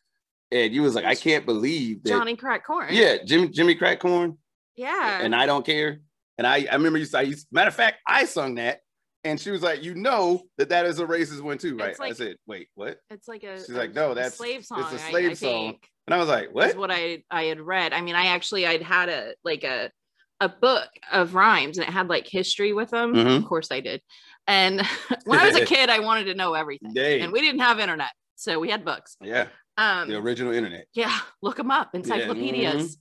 Speaker 4: and you was like, I can't believe that.
Speaker 5: Johnny Crack Corn.
Speaker 4: yeah, Jimmy Jimmy Crack Corn,
Speaker 5: yeah.
Speaker 4: and I don't care. And I I remember you. I used, matter of fact, I sung that, and she was like, you know that that is a racist one too, right?
Speaker 5: It's like-
Speaker 4: I said, wait, what?
Speaker 5: it's like a.
Speaker 4: she's
Speaker 5: a-
Speaker 4: like, "No,
Speaker 5: a
Speaker 4: that's-
Speaker 5: slave
Speaker 4: a
Speaker 5: song. I-
Speaker 4: slave
Speaker 5: I
Speaker 4: song."
Speaker 5: think.
Speaker 4: And I was like,
Speaker 5: What? Is
Speaker 4: what?
Speaker 5: what I I had read. I mean, I actually I'd had a like a a book of rhymes and it had like history with them.
Speaker 4: Mhm.
Speaker 5: Of course I did. And *laughs* when I was
Speaker 4: *laughs*
Speaker 5: a kid, I wanted to know everything.
Speaker 4: Dang.
Speaker 5: And we didn't have internet. So we had books.
Speaker 4: Yeah, Mm-hmm.
Speaker 5: Um
Speaker 4: the original internet.
Speaker 5: yeah, look them up, encyclopedias.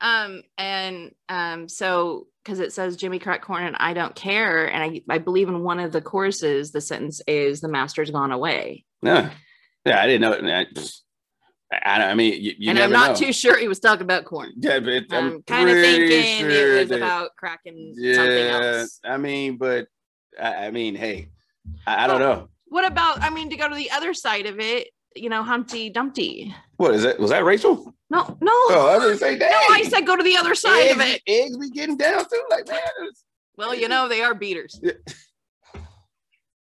Speaker 5: Um, and um, so because it says Jimmy Crack Corn and I don't care, and I, I believe in one of the courses, the sentence is the master's gone away,
Speaker 4: Yeah, yeah, I didn't know. I, pfft. I, I mean, you, you
Speaker 5: and I'm
Speaker 4: never
Speaker 5: not
Speaker 4: know.
Speaker 5: too sure he was talking about corn.
Speaker 4: Yeah, but
Speaker 5: I'm,
Speaker 4: I'm
Speaker 5: kind of
Speaker 4: pretty
Speaker 5: thinking
Speaker 4: sure
Speaker 5: it was
Speaker 4: that-
Speaker 5: about cracking something
Speaker 4: Yeah,
Speaker 5: else.
Speaker 4: I mean, but I, I mean, hey, I, I don't know.
Speaker 5: What about? I mean, to go to the other side of it, you know, Humpty Dumpty.
Speaker 4: What is that? Was that Rachel?
Speaker 5: No, no,
Speaker 4: Oh, I didn't say that.
Speaker 5: no. I said go to the other side
Speaker 4: eggs,
Speaker 5: of
Speaker 4: *laughs*
Speaker 5: it.
Speaker 4: Eggs be getting down too, like man. it's-
Speaker 5: Well, you know, they are beaters.
Speaker 4: Yeah.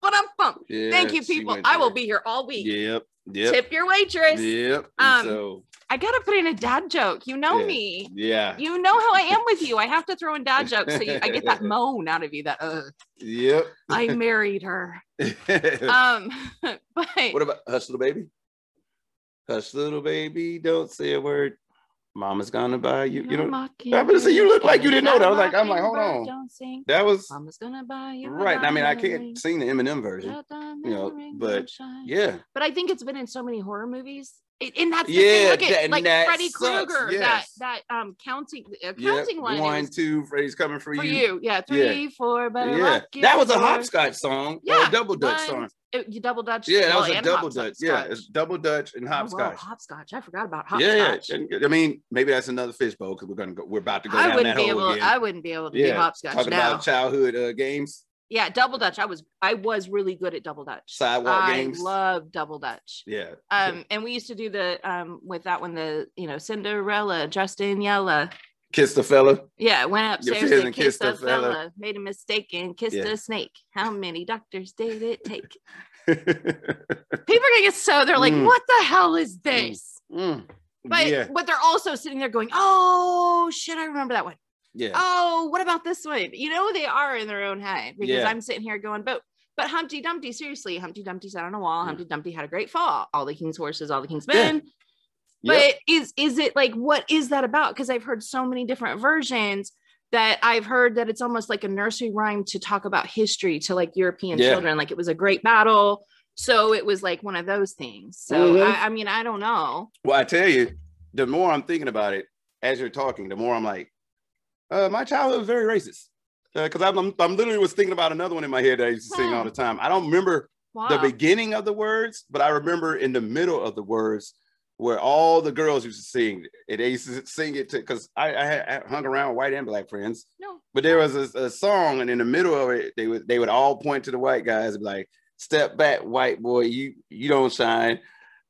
Speaker 5: But I'm pumped.
Speaker 4: Yeah,
Speaker 5: Thank you,
Speaker 4: she
Speaker 5: people.
Speaker 4: went
Speaker 5: I will
Speaker 4: there.
Speaker 5: be here all week.
Speaker 4: Yep. Yep.
Speaker 5: Tip your waitress.
Speaker 4: Yep.
Speaker 5: Um,
Speaker 4: and so
Speaker 5: I gotta put in a dad joke. You know
Speaker 4: Yeah.
Speaker 5: me.
Speaker 4: yeah.
Speaker 5: You know how I am with you. I have to throw in dad jokes so you, I get
Speaker 4: *laughs*
Speaker 5: that moan out of you. That uh,
Speaker 4: Yep. *laughs*
Speaker 5: I married her. Um, *laughs* but
Speaker 4: what about hush little baby? Hush little baby, don't say a word. Mama's gonna buy you. You know I was gonna say, you look like you didn't know that. I was like, I'm like, hold on.
Speaker 5: Don't sing.
Speaker 4: that was
Speaker 5: Mama's gonna buy you. a
Speaker 4: right. I mean, I
Speaker 5: diamond ring,
Speaker 4: can't sing the Eminem
Speaker 5: a
Speaker 4: version.
Speaker 5: diamond
Speaker 4: you know,
Speaker 5: ring,
Speaker 4: but
Speaker 5: sunshine.
Speaker 4: Yeah.
Speaker 5: But I think it's been in so many horror movies. It, and that's the
Speaker 4: Yeah,
Speaker 5: thing. Look
Speaker 4: that-
Speaker 5: at
Speaker 4: and
Speaker 5: like
Speaker 4: that
Speaker 5: Freddy
Speaker 4: sucks,
Speaker 5: Krueger.
Speaker 4: yes.
Speaker 5: That that um counting uh,
Speaker 4: Yep.
Speaker 5: counting line. it
Speaker 4: One,
Speaker 5: was
Speaker 4: two, Freddy's coming for,
Speaker 5: for you. Yeah, three, four, but
Speaker 4: Yeah. That was a hopscotch song. Yeah.
Speaker 5: Yeah,
Speaker 4: a double Dutch
Speaker 5: one,
Speaker 4: song.
Speaker 5: It, you double dutch.
Speaker 4: Yeah, that
Speaker 5: well,
Speaker 4: was a
Speaker 5: and
Speaker 4: double
Speaker 5: hopscotch.
Speaker 4: Dutch. Yeah, it's double Dutch and
Speaker 5: Oh, well,
Speaker 4: hopscotch.
Speaker 5: hopscotch. I forgot about
Speaker 4: Yeah,
Speaker 5: hopscotch.
Speaker 4: and- I mean, maybe that's another fishbowl because we're gonna go. We're about to go
Speaker 5: I
Speaker 4: down
Speaker 5: wouldn't
Speaker 4: that
Speaker 5: be
Speaker 4: hole
Speaker 5: able.
Speaker 4: again.
Speaker 5: I wouldn't be able to do
Speaker 4: Yeah,
Speaker 5: hopscotch
Speaker 4: Talking
Speaker 5: now.
Speaker 4: about childhood uh, games,
Speaker 5: yeah, double dutch. I was. I was really good at double dutch.
Speaker 4: sidewalk
Speaker 5: I
Speaker 4: games.
Speaker 5: love double dutch.
Speaker 4: yeah,
Speaker 5: Um, and we used to do the um with that one the you know Cinderella, Justin Yella.
Speaker 4: kiss the fella. *laughs*
Speaker 5: Yeah, went upstairs
Speaker 4: fizz
Speaker 5: and
Speaker 4: and
Speaker 5: kissed
Speaker 4: kissed a
Speaker 5: a fella,
Speaker 4: fella.
Speaker 5: made a mistake and kissed
Speaker 4: Yeah.
Speaker 5: a snake. How many doctors did it take? people are gonna get so they're like,
Speaker 4: Mm.
Speaker 5: what the hell is this?
Speaker 4: Mm,
Speaker 5: But
Speaker 4: yeah,
Speaker 5: but they're also sitting there going, oh shit, I remember that one.
Speaker 4: yeah,
Speaker 5: Oh, what about this one? You know they are in their own head because
Speaker 4: Yeah.
Speaker 5: I'm sitting here going, but but Humpty Dumpty, seriously, Humpty Dumpty sat on a wall.
Speaker 4: Mm.
Speaker 5: Humpty Dumpty had a great fall. All the king's horses, all the king's
Speaker 4: Yeah.
Speaker 5: men. But
Speaker 4: Yep.
Speaker 5: is is it like what is that about? Because I've heard so many different versions that I've heard that it's almost like a nursery rhyme to talk about history to like European
Speaker 4: Yeah.
Speaker 5: children. Like it was a great battle. So it was like one of those things. So
Speaker 4: Mhm.
Speaker 5: I, I mean, I don't know.
Speaker 4: Well, I tell you, the more I'm thinking about it, as you're talking, the more I'm like, uh, my childhood was very racist. Because I'm, I'm, I'm literally was thinking about another one in my head that I used to sing all the time. I don't remember
Speaker 5: Wow.
Speaker 4: the beginning of the words, but I remember in the middle of the words where all the girls used to sing it. They used to sing it to because I, I, had- I hung around white and black friends,
Speaker 5: no.
Speaker 4: but there was a, a song, and in the middle of it, they would they would all point to the white guys and be like, "Step back, white boy, you you don't shine."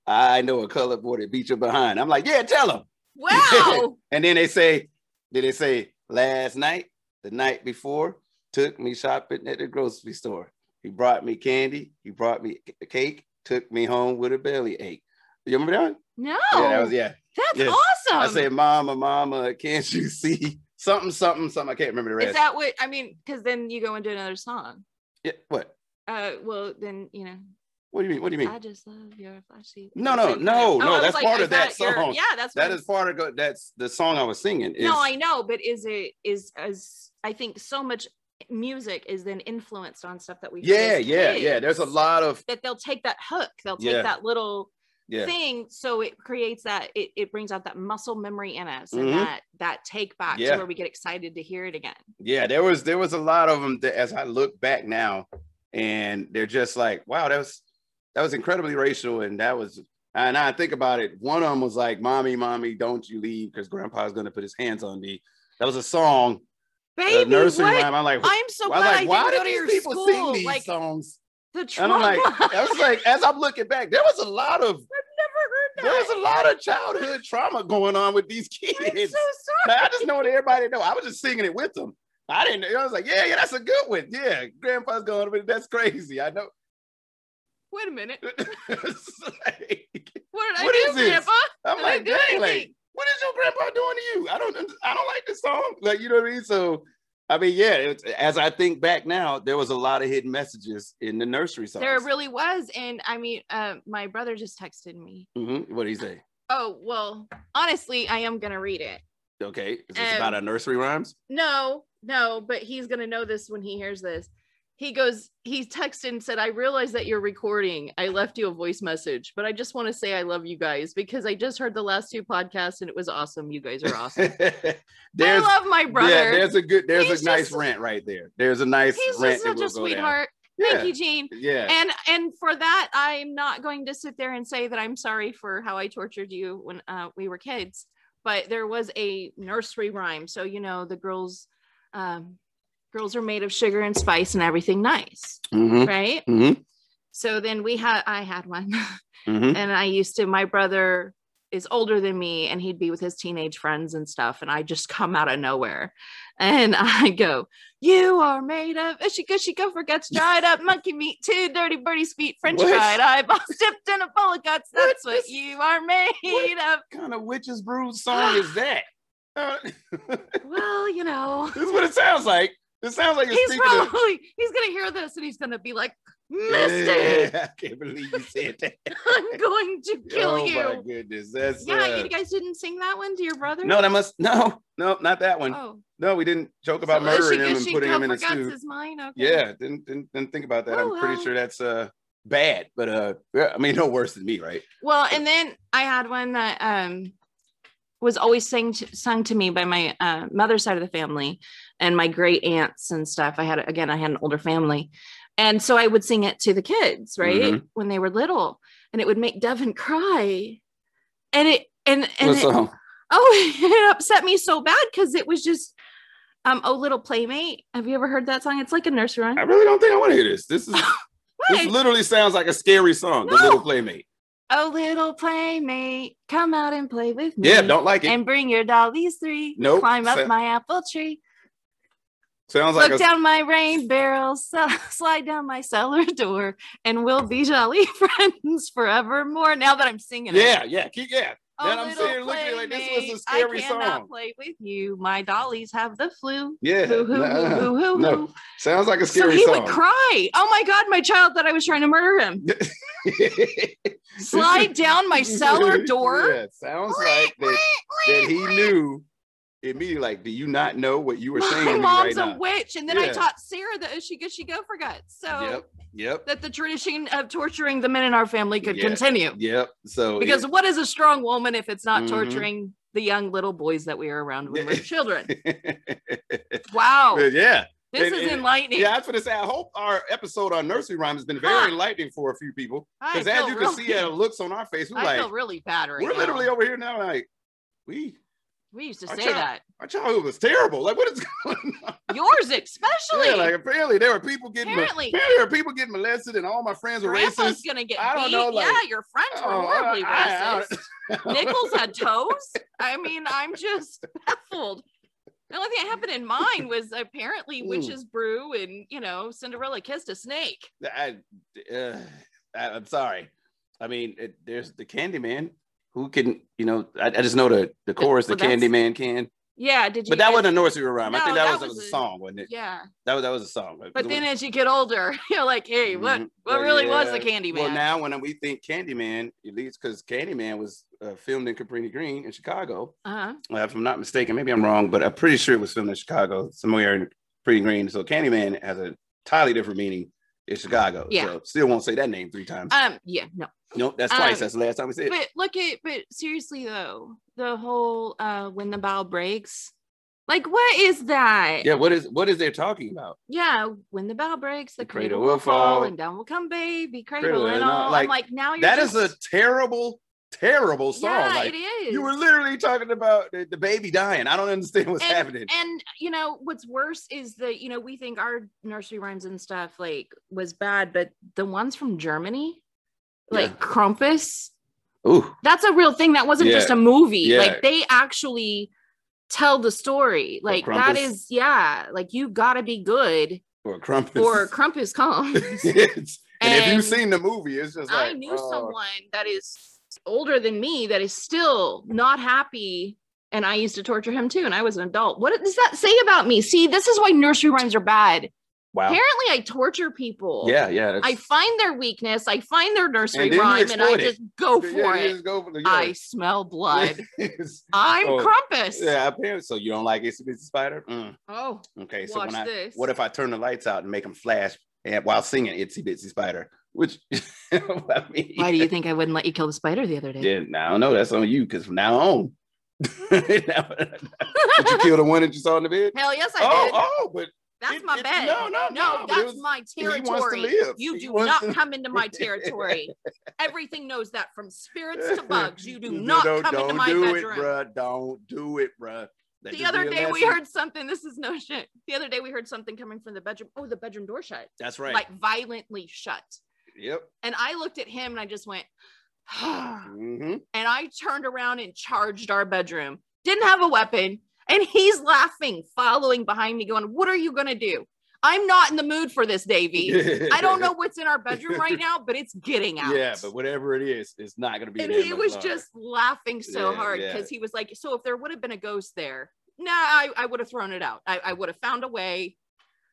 Speaker 4: I know a colored boy that beat you behind. I'm like, yeah, tell him. *laughs*
Speaker 5: Wow.
Speaker 4: And then they say, did they say last night, the night before, took me shopping at the grocery store. He brought me candy. He brought me c- cake. Took me home with a belly ache. You remember that one?
Speaker 5: no.
Speaker 4: Yeah, that was yeah.
Speaker 5: That's
Speaker 4: Yes.
Speaker 5: awesome.
Speaker 4: I said, "Mama, mama, can't you see something, something, something?" I can't remember the rest.
Speaker 5: Is that what I mean? Because then you go into another song.
Speaker 4: yeah, what?
Speaker 5: Uh, well, then you know.
Speaker 4: What do you mean? What do you
Speaker 5: I
Speaker 4: mean?
Speaker 5: just love your flashy.
Speaker 4: No, no,
Speaker 5: Like,
Speaker 4: no,
Speaker 5: oh,
Speaker 4: no,
Speaker 5: I was
Speaker 4: that's part
Speaker 5: I
Speaker 4: of that
Speaker 5: thought you're-
Speaker 4: song.
Speaker 5: Yeah, that's
Speaker 4: That
Speaker 5: what I'm
Speaker 4: is part of go- that's the song I was singing. Is,
Speaker 5: no, I know, but is it is as I think so much music is then influenced on stuff that we heard
Speaker 4: yeah,
Speaker 5: as
Speaker 4: yeah, yeah. There's a
Speaker 5: kids,
Speaker 4: lot of
Speaker 5: that they'll take that hook, they'll take
Speaker 4: Yeah.
Speaker 5: that little
Speaker 4: yeah,
Speaker 5: thing, so it creates that it, it brings out that muscle memory in us
Speaker 4: Mhm.
Speaker 5: and that that take back
Speaker 4: Yeah.
Speaker 5: to where we get excited to hear it again.
Speaker 4: yeah. There was there was a lot of them that as I look back now, and they're just like, wow, that was that was incredibly racial, and that was. And I think about it. One of them was like, "Mommy, mommy, don't you leave, because Grandpa's gonna put his hands on me." That was a song, a
Speaker 5: Baby,
Speaker 4: nursery
Speaker 5: what?
Speaker 4: rhyme. I'm like,
Speaker 5: I'm so
Speaker 4: I was
Speaker 5: glad
Speaker 4: like,
Speaker 5: I
Speaker 4: why
Speaker 5: didn't go
Speaker 4: do
Speaker 5: to your
Speaker 4: these people
Speaker 5: school.
Speaker 4: sing these
Speaker 5: like
Speaker 4: songs?
Speaker 5: the
Speaker 4: And
Speaker 5: trauma. *laughs*
Speaker 4: I'm like, I
Speaker 5: I've
Speaker 4: was like, as I'm looking back, there was a lot of
Speaker 5: never heard
Speaker 4: there's
Speaker 5: that.
Speaker 4: a lot of childhood trauma going on with these
Speaker 5: I'm so
Speaker 4: kids.
Speaker 5: sorry.
Speaker 4: Like, I just know that everybody know. I was just singing it with them. I didn't. I was like, yeah, yeah, that's a good one. Yeah, grandpa's going, but that's crazy. I know. *laughs*
Speaker 5: Wait a minute.
Speaker 4: It's like-
Speaker 5: What did I
Speaker 4: What
Speaker 5: do,
Speaker 4: is this?
Speaker 5: Grandpa?
Speaker 4: I'm
Speaker 5: Did I
Speaker 4: like,
Speaker 5: do
Speaker 4: dang, like,
Speaker 5: anything?
Speaker 4: what is your grandpa doing to you? I don't, I don't like this song. Like, you know what I mean? So, I mean, yeah. It's, as I think back now, there was a lot of hidden messages in the nursery songs.
Speaker 5: There really was. And I mean, uh, my brother just texted me.
Speaker 4: Mhm. What do you Mm-hmm. say?
Speaker 5: Oh, well, honestly, I am going to read it.
Speaker 4: Okay, is this
Speaker 5: Um,
Speaker 4: about our nursery rhymes? *laughs*
Speaker 5: No, no, but he's gonna know this when he hears this. He goes, he texted and said, I realize that you're recording. I left you a voice message, but I just want to say I love you guys because I just heard the last two podcasts and it was awesome. You guys are awesome. I
Speaker 4: *laughs* there's
Speaker 5: love my
Speaker 4: yeah,
Speaker 5: brother.
Speaker 4: there's a good, there's
Speaker 5: He's
Speaker 4: a nice
Speaker 5: just-
Speaker 4: rant right there. There's a nice
Speaker 5: he's
Speaker 4: rant
Speaker 5: just
Speaker 4: that
Speaker 5: such
Speaker 4: we'll
Speaker 5: a
Speaker 4: go down.
Speaker 5: sweetheart.
Speaker 4: Yeah,
Speaker 5: Thank you, Gene.
Speaker 4: yeah.
Speaker 5: And and for that, I'm not going to sit there and say that I'm sorry for how I tortured you when uh, we were kids. But there was a nursery rhyme, so you know the girls, um, girls are made of sugar and spice and everything nice,
Speaker 4: Mhm,
Speaker 5: right?
Speaker 4: mhm,
Speaker 5: So then we had, I had one, *laughs*
Speaker 4: mhm.
Speaker 5: and I used to. My brother is older than me, and he'd be with his teenage friends and stuff, and I just come out of nowhere, and *laughs* I go, "You are made of ushy gushy gopher guts, dried up monkey meat, two dirty birdies feet, French
Speaker 4: What?
Speaker 5: fried eyeball dipped in a bowl of guts.
Speaker 4: What
Speaker 5: That's what
Speaker 4: is-
Speaker 5: you are made
Speaker 4: kind of witch's brew song is that? *laughs* Uh,
Speaker 5: of." Well, you know,
Speaker 4: this is what it sounds like. It sounds like it's
Speaker 5: he's
Speaker 4: speaking of-
Speaker 5: probably he's gonna hear this, and he's gonna be like, "Misty,
Speaker 4: Yeah, I can't believe you said that.
Speaker 5: *laughs* I'm going to *laughs* kill
Speaker 4: oh
Speaker 5: you."
Speaker 4: my goodness, that's
Speaker 5: Yeah,
Speaker 4: uh,
Speaker 5: you guys didn't sing that one to your brother.
Speaker 4: no, that must no, no, not that one.
Speaker 5: Oh.
Speaker 4: No, we didn't joke about
Speaker 5: So Ushy
Speaker 4: murdering him and
Speaker 5: Gushy
Speaker 4: putting him in a
Speaker 5: Gopher Guts
Speaker 4: suit.
Speaker 5: is mine. Okay.
Speaker 4: Yeah, didn't, didn't didn't think about that.
Speaker 5: Oh,
Speaker 4: I'm pretty
Speaker 5: wow.
Speaker 4: sure that's uh bad, but uh, yeah, I mean, no worse than me, right?
Speaker 5: Well, and then I had one that um was always sang to, sung to me by my uh, mother's side of the family and my great aunts and stuff. I had again, I had an older family, and so I would sing it to the kids right
Speaker 4: Mhm.
Speaker 5: when they were little, and it would make Devin cry, and it and and
Speaker 4: What's
Speaker 5: it,
Speaker 4: wrong?
Speaker 5: *laughs* oh, it upset me so bad because it was just. Um, oh little playmate. Have you ever heard that song? It's like a nursery rhyme.
Speaker 4: I really don't think I want to hear
Speaker 5: *laughs*
Speaker 4: this. This is this
Speaker 5: Hey.
Speaker 4: literally sounds like a scary song. The
Speaker 5: No.
Speaker 4: little playmate.
Speaker 5: Oh, little playmate, come out and play with me.
Speaker 4: Yeah, don't like it.
Speaker 5: Mm-hmm. And bring your dollies three.
Speaker 4: Nope.
Speaker 5: Climb up
Speaker 4: Sa-
Speaker 5: my apple tree.
Speaker 4: Sounds
Speaker 5: Look
Speaker 4: like a
Speaker 5: down my rain barrel. *laughs* So- slide down my cellar door. And we'll be jolly *laughs* friends forevermore. Now that I'm singing it.
Speaker 4: yeah, yeah, keep, yeah.
Speaker 5: Oh,
Speaker 4: Then I'm
Speaker 5: little
Speaker 4: sitting here looking at it like, this was a
Speaker 5: playmate,
Speaker 4: scary
Speaker 5: I cannot
Speaker 4: song.
Speaker 5: play with you. My dollies have the flu.
Speaker 4: Yeah.
Speaker 5: Hoo, hoo, hoo,
Speaker 4: Nuh-uh.
Speaker 5: hoo, hoo,
Speaker 4: No.
Speaker 5: hoo.
Speaker 4: Sounds like a
Speaker 5: So
Speaker 4: scary
Speaker 5: he
Speaker 4: song.
Speaker 5: would cry. Oh my God, my child thought I was trying to murder
Speaker 4: *laughs*
Speaker 5: him. Slide down my cellar door.
Speaker 4: *laughs* Yeah, it sounds like that, that he knew immediately. Like, do you not know what you were saying
Speaker 5: my
Speaker 4: to me
Speaker 5: mom's
Speaker 4: right
Speaker 5: a
Speaker 4: now?
Speaker 5: witch, and then I
Speaker 4: Yeah.
Speaker 5: taught Sarah the Ushy Gushy Gopher Gut. So
Speaker 4: Yep, yep,
Speaker 5: that the tradition of torturing the men in our family could
Speaker 4: Yeah.
Speaker 5: continue.
Speaker 4: yep. So
Speaker 5: Because what is a strong woman if it's not
Speaker 4: Mhm.
Speaker 5: torturing the young little boys that we are around when
Speaker 4: Yeah.
Speaker 5: we're
Speaker 4: *laughs*
Speaker 5: children?
Speaker 4: it-
Speaker 5: Wow,
Speaker 4: But yeah,
Speaker 5: this
Speaker 4: and-
Speaker 5: is
Speaker 4: and-
Speaker 5: enlightening.
Speaker 4: yeah. I was gonna say. I hope our episode on nursery rhyme has been very
Speaker 5: Huh.
Speaker 4: enlightening for a few people.
Speaker 5: I
Speaker 4: Because as
Speaker 5: feel
Speaker 4: you can
Speaker 5: really- *laughs*
Speaker 4: see, at the looks on our face, we're
Speaker 5: I feel
Speaker 4: like,
Speaker 5: really bad right
Speaker 4: we're
Speaker 5: now.
Speaker 4: literally over here now. Like, we
Speaker 5: we used to
Speaker 4: our
Speaker 5: say
Speaker 4: child-
Speaker 5: that
Speaker 4: our childhood was terrible. Like, what is *laughs* going on?
Speaker 5: yours especially.
Speaker 4: *laughs* Yeah, like apparently there were people getting mo-
Speaker 5: Apparently.
Speaker 4: apparently there were people getting molested, and all my friends were
Speaker 5: Grandpa's
Speaker 4: racist.
Speaker 5: gonna get
Speaker 4: I don't
Speaker 5: beat.
Speaker 4: know, like-
Speaker 5: yeah, your friends were
Speaker 4: Oh,
Speaker 5: horribly
Speaker 4: I- I-
Speaker 5: racist.
Speaker 4: *laughs*
Speaker 5: Nichols *laughs* had toes. I mean, I'm just baffled. The only thing that happened in mine was apparently
Speaker 4: Mm.
Speaker 5: witches brew and you know Cinderella kissed a snake.
Speaker 4: I, uh, I, am sorry. I mean, it, there's the Candyman who can, you know, I, I just know the the chorus, the
Speaker 5: Well, that's-
Speaker 4: Candyman can,
Speaker 5: Yeah, did you?
Speaker 4: but that
Speaker 5: guys-
Speaker 4: wasn't a nursery rhyme. I think
Speaker 5: No,
Speaker 4: that,
Speaker 5: that
Speaker 4: was,
Speaker 5: was
Speaker 4: a
Speaker 5: a-
Speaker 4: song, wasn't it?
Speaker 5: Yeah,
Speaker 4: That was that was a song. Like,
Speaker 5: but
Speaker 4: it
Speaker 5: then
Speaker 4: was-
Speaker 5: as you get older, *laughs* you're like, hey, what?
Speaker 4: Mhm.
Speaker 5: What
Speaker 4: Well,
Speaker 5: really was
Speaker 4: yeah.
Speaker 5: the Candyman?
Speaker 4: Well, now when we think Candyman, at least because Candyman was uh, filmed in Caprini Green in Chicago,
Speaker 5: uh-huh.
Speaker 4: uh, if I'm not mistaken, maybe I'm wrong, but I'm pretty sure it was filmed in Chicago, somewhere in Pretty Green. So Candyman has a entirely different meaning in Chicago.
Speaker 5: Yeah.
Speaker 4: So still won't say that name three times.
Speaker 5: Um, yeah, no.
Speaker 4: nope, that's twice.
Speaker 5: um,
Speaker 4: that's the last time we said it.
Speaker 5: But look at, but seriously though, the whole uh when the bow breaks, like what is that?
Speaker 4: Yeah, what is what is they're talking about?
Speaker 5: yeah, when the bell breaks, the,
Speaker 4: The
Speaker 5: cradle, will fall, and down will come baby, cradle, and all. I'm
Speaker 4: Like,
Speaker 5: like, now you're
Speaker 4: That is
Speaker 5: just-
Speaker 4: a terrible, terrible song.
Speaker 5: yeah,
Speaker 4: like
Speaker 5: it is.
Speaker 4: you were literally talking about the, the baby dying. I don't understand what's
Speaker 5: and,
Speaker 4: happening.
Speaker 5: and you know what's worse is that you know we think our nursery rhymes and stuff like was bad, but the ones from Germany, like
Speaker 4: Yeah.
Speaker 5: Krampus,
Speaker 4: Ooh,
Speaker 5: that's a real thing. That wasn't
Speaker 4: Yeah.
Speaker 5: just a movie.
Speaker 4: Yeah.
Speaker 5: Like they actually tell the story. Like that
Speaker 4: Krampus?
Speaker 5: is yeah. Like you gotta be good
Speaker 4: or crumpets. *laughs*
Speaker 5: or Krampus comes.
Speaker 4: Yes. and, if
Speaker 5: And
Speaker 4: you've seen the movie, it's just like
Speaker 5: I knew
Speaker 4: oh,
Speaker 5: someone that is older than me that is still not happy. And I used to torture him too. And I was an adult. What does that say about me? See, this is why nursery rhymes are bad.
Speaker 4: Wow.
Speaker 5: Apparently, I torture people.
Speaker 4: yeah, yeah. that's-
Speaker 5: I find their weakness, I find their nursery
Speaker 4: And then you
Speaker 5: rhyme, and I
Speaker 4: exploit it.
Speaker 5: just go
Speaker 4: Yeah,
Speaker 5: for
Speaker 4: yeah,
Speaker 5: it.
Speaker 4: just go for the- yeah.
Speaker 5: I smell blood.
Speaker 4: *laughs* Yes.
Speaker 5: I'm
Speaker 4: Oh,
Speaker 5: Krampus.
Speaker 4: yeah, apparently. So you don't like Itsy Bitsy Spider? Mm,
Speaker 5: Oh,
Speaker 4: Okay, so
Speaker 5: watch
Speaker 4: when I,
Speaker 5: this.
Speaker 4: what if I turn the lights out and make them flash and while singing Itsy Bitsy Spider? Which *laughs* I mean,
Speaker 5: Why do you think I wouldn't let you kill the spider the other day?
Speaker 4: Yeah, now I don't know. That's on you because from now on. *laughs* Did you kill the one that you saw in the bed?
Speaker 5: Hell yes, I
Speaker 4: *laughs* Oh,
Speaker 5: did.
Speaker 4: oh, but
Speaker 5: that's
Speaker 4: it-
Speaker 5: my
Speaker 4: it-
Speaker 5: bed.
Speaker 4: no, no, no, it
Speaker 5: that's
Speaker 4: was- *laughs*
Speaker 5: my
Speaker 4: wants to
Speaker 5: territory.
Speaker 4: live.
Speaker 5: You
Speaker 4: He
Speaker 5: do
Speaker 4: wants
Speaker 5: not
Speaker 4: to-
Speaker 5: come into
Speaker 4: *laughs*
Speaker 5: my territory. Everything knows that from spirits to bugs. You do
Speaker 4: *laughs* No,
Speaker 5: not
Speaker 4: don't-
Speaker 5: come into
Speaker 4: don't
Speaker 5: my
Speaker 4: do
Speaker 5: bedroom.
Speaker 4: It, bruh. Don't do it, bruh. Let
Speaker 5: the
Speaker 4: this
Speaker 5: other
Speaker 4: be a
Speaker 5: day we
Speaker 4: lesson.
Speaker 5: heard something. This is no shit. The other day we heard something coming from the bedroom. Oh, the bedroom door shut,
Speaker 4: That's right.
Speaker 5: like violently shut.
Speaker 4: yep.
Speaker 5: And I looked at him and I just went, *sighs* and
Speaker 4: hmm
Speaker 5: I turned around and charged our bedroom. Didn't have a weapon. And he's laughing, following behind me, going, What are you going to do? I'm not in the mood for this, Davey.
Speaker 4: *laughs*
Speaker 5: I don't know what's in our bedroom right now, but it's getting out.
Speaker 4: Yeah, but whatever it is, it's not gonna be.
Speaker 5: and
Speaker 4: that
Speaker 5: he
Speaker 4: much
Speaker 5: was
Speaker 4: longer.
Speaker 5: just laughing so
Speaker 4: Yeah,
Speaker 5: hard
Speaker 4: yeah.
Speaker 5: because he was like, So if there would have been a ghost there, nah, I, I would have thrown it out. I, I would have found a way.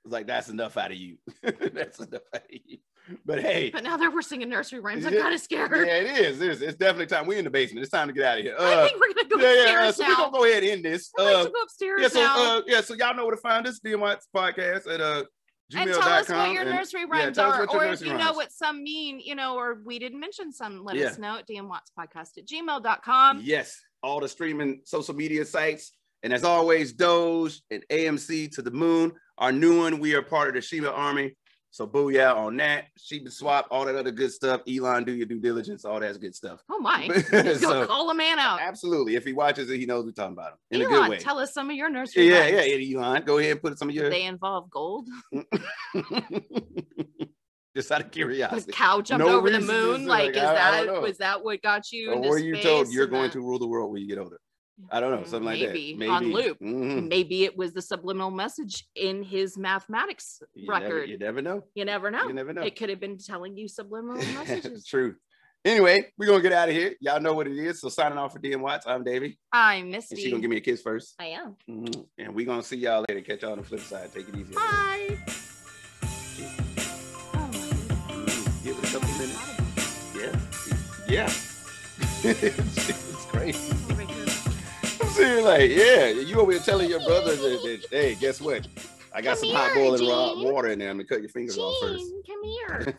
Speaker 4: It's like that's enough out of you. *laughs* that's enough out of you. But hey,
Speaker 5: But now that we're singing nursery rhymes, I'm
Speaker 4: Yeah.
Speaker 5: kind of scared.
Speaker 4: yeah, it is. It is. It's definitely time. We're in the basement. It's time to get out of here.
Speaker 5: *laughs* I
Speaker 4: Uh,
Speaker 5: think we're going to go
Speaker 4: yeah, yeah. uh,
Speaker 5: upstairs
Speaker 4: so we're
Speaker 5: now.
Speaker 4: gonna go ahead and end this.
Speaker 5: I'd like
Speaker 4: Uh,
Speaker 5: to go upstairs
Speaker 4: yeah, so
Speaker 5: now.
Speaker 4: uh, yeah, so y'all know where to find us. DM Watts podcast at uh, gmail.com.
Speaker 5: and tell us what your
Speaker 4: and-
Speaker 5: nursery
Speaker 4: yeah,
Speaker 5: rhymes
Speaker 4: tell us
Speaker 5: are,
Speaker 4: what your
Speaker 5: or if
Speaker 4: nursery
Speaker 5: you know
Speaker 4: rhymes.
Speaker 5: what some mean, you know, or we didn't mention some, let
Speaker 4: Yeah.
Speaker 5: us know at dmwattspodcast at gmail.com.
Speaker 4: *laughs* yes, all the streaming social media sites. And as always, Doge and AMC to the moon. Our new one, we are part of the Sheba Army. So booyah on that. Sheba Swap, all that other good stuff. Elon, do your due diligence, all that good stuff.
Speaker 5: Oh
Speaker 4: *laughs*
Speaker 5: my. Go
Speaker 4: So,
Speaker 5: call a man out.
Speaker 4: absolutely. If he watches it, he knows we're talking about him in a good
Speaker 5: Elon,
Speaker 4: way.
Speaker 5: tell us some of your nursery
Speaker 4: yeah,
Speaker 5: rhymes.
Speaker 4: yeah, yeah, Elon. Go ahead and put some of
Speaker 5: Do
Speaker 4: your
Speaker 5: They involve gold.
Speaker 4: *laughs*
Speaker 5: *laughs*
Speaker 4: just out of
Speaker 5: The
Speaker 4: curiosity.
Speaker 5: cow jumped
Speaker 4: No
Speaker 5: over the
Speaker 4: reason,
Speaker 5: moon.
Speaker 4: it's
Speaker 5: Like,
Speaker 4: like,
Speaker 5: is
Speaker 4: I- I
Speaker 5: that
Speaker 4: don't know.
Speaker 5: was that what got you?
Speaker 4: Or
Speaker 5: into
Speaker 4: were you told
Speaker 5: space
Speaker 4: you're
Speaker 5: and
Speaker 4: going
Speaker 5: that- Mm,
Speaker 4: to rule the world when you get older? I don't know, something like
Speaker 5: Maybe,
Speaker 4: that. Maybe
Speaker 5: on loop.
Speaker 4: Mhm.
Speaker 5: Maybe it was the subliminal message in his mathematics
Speaker 4: You never-
Speaker 5: record.
Speaker 4: you never know.
Speaker 5: you never know.
Speaker 4: You never know.
Speaker 5: It could have been telling you subliminal
Speaker 4: *laughs* it's
Speaker 5: messages.
Speaker 4: true. Anyway, we're gonna get out of here. Y'all know what it is. So signing off for DM Watts. I'm Davey.
Speaker 5: I missed
Speaker 4: And she's gonna give me a kiss first.
Speaker 5: I am.
Speaker 4: Mhm. And we're gonna see y'all later. Catch y'all on the flip side. Take it easy.
Speaker 5: Bye. Oh
Speaker 4: Mhm. Give it a couple minutes. Yeah. Yeah. *laughs* it's, it's crazy. I'm serious, like, yeah, you over here telling your brother that, that hey, guess what? I got
Speaker 5: Come
Speaker 4: some hot
Speaker 5: here,
Speaker 4: boiling raw
Speaker 5: Gene.
Speaker 4: water in there. I'm gonna cut your fingers off first.
Speaker 5: Gene, come here.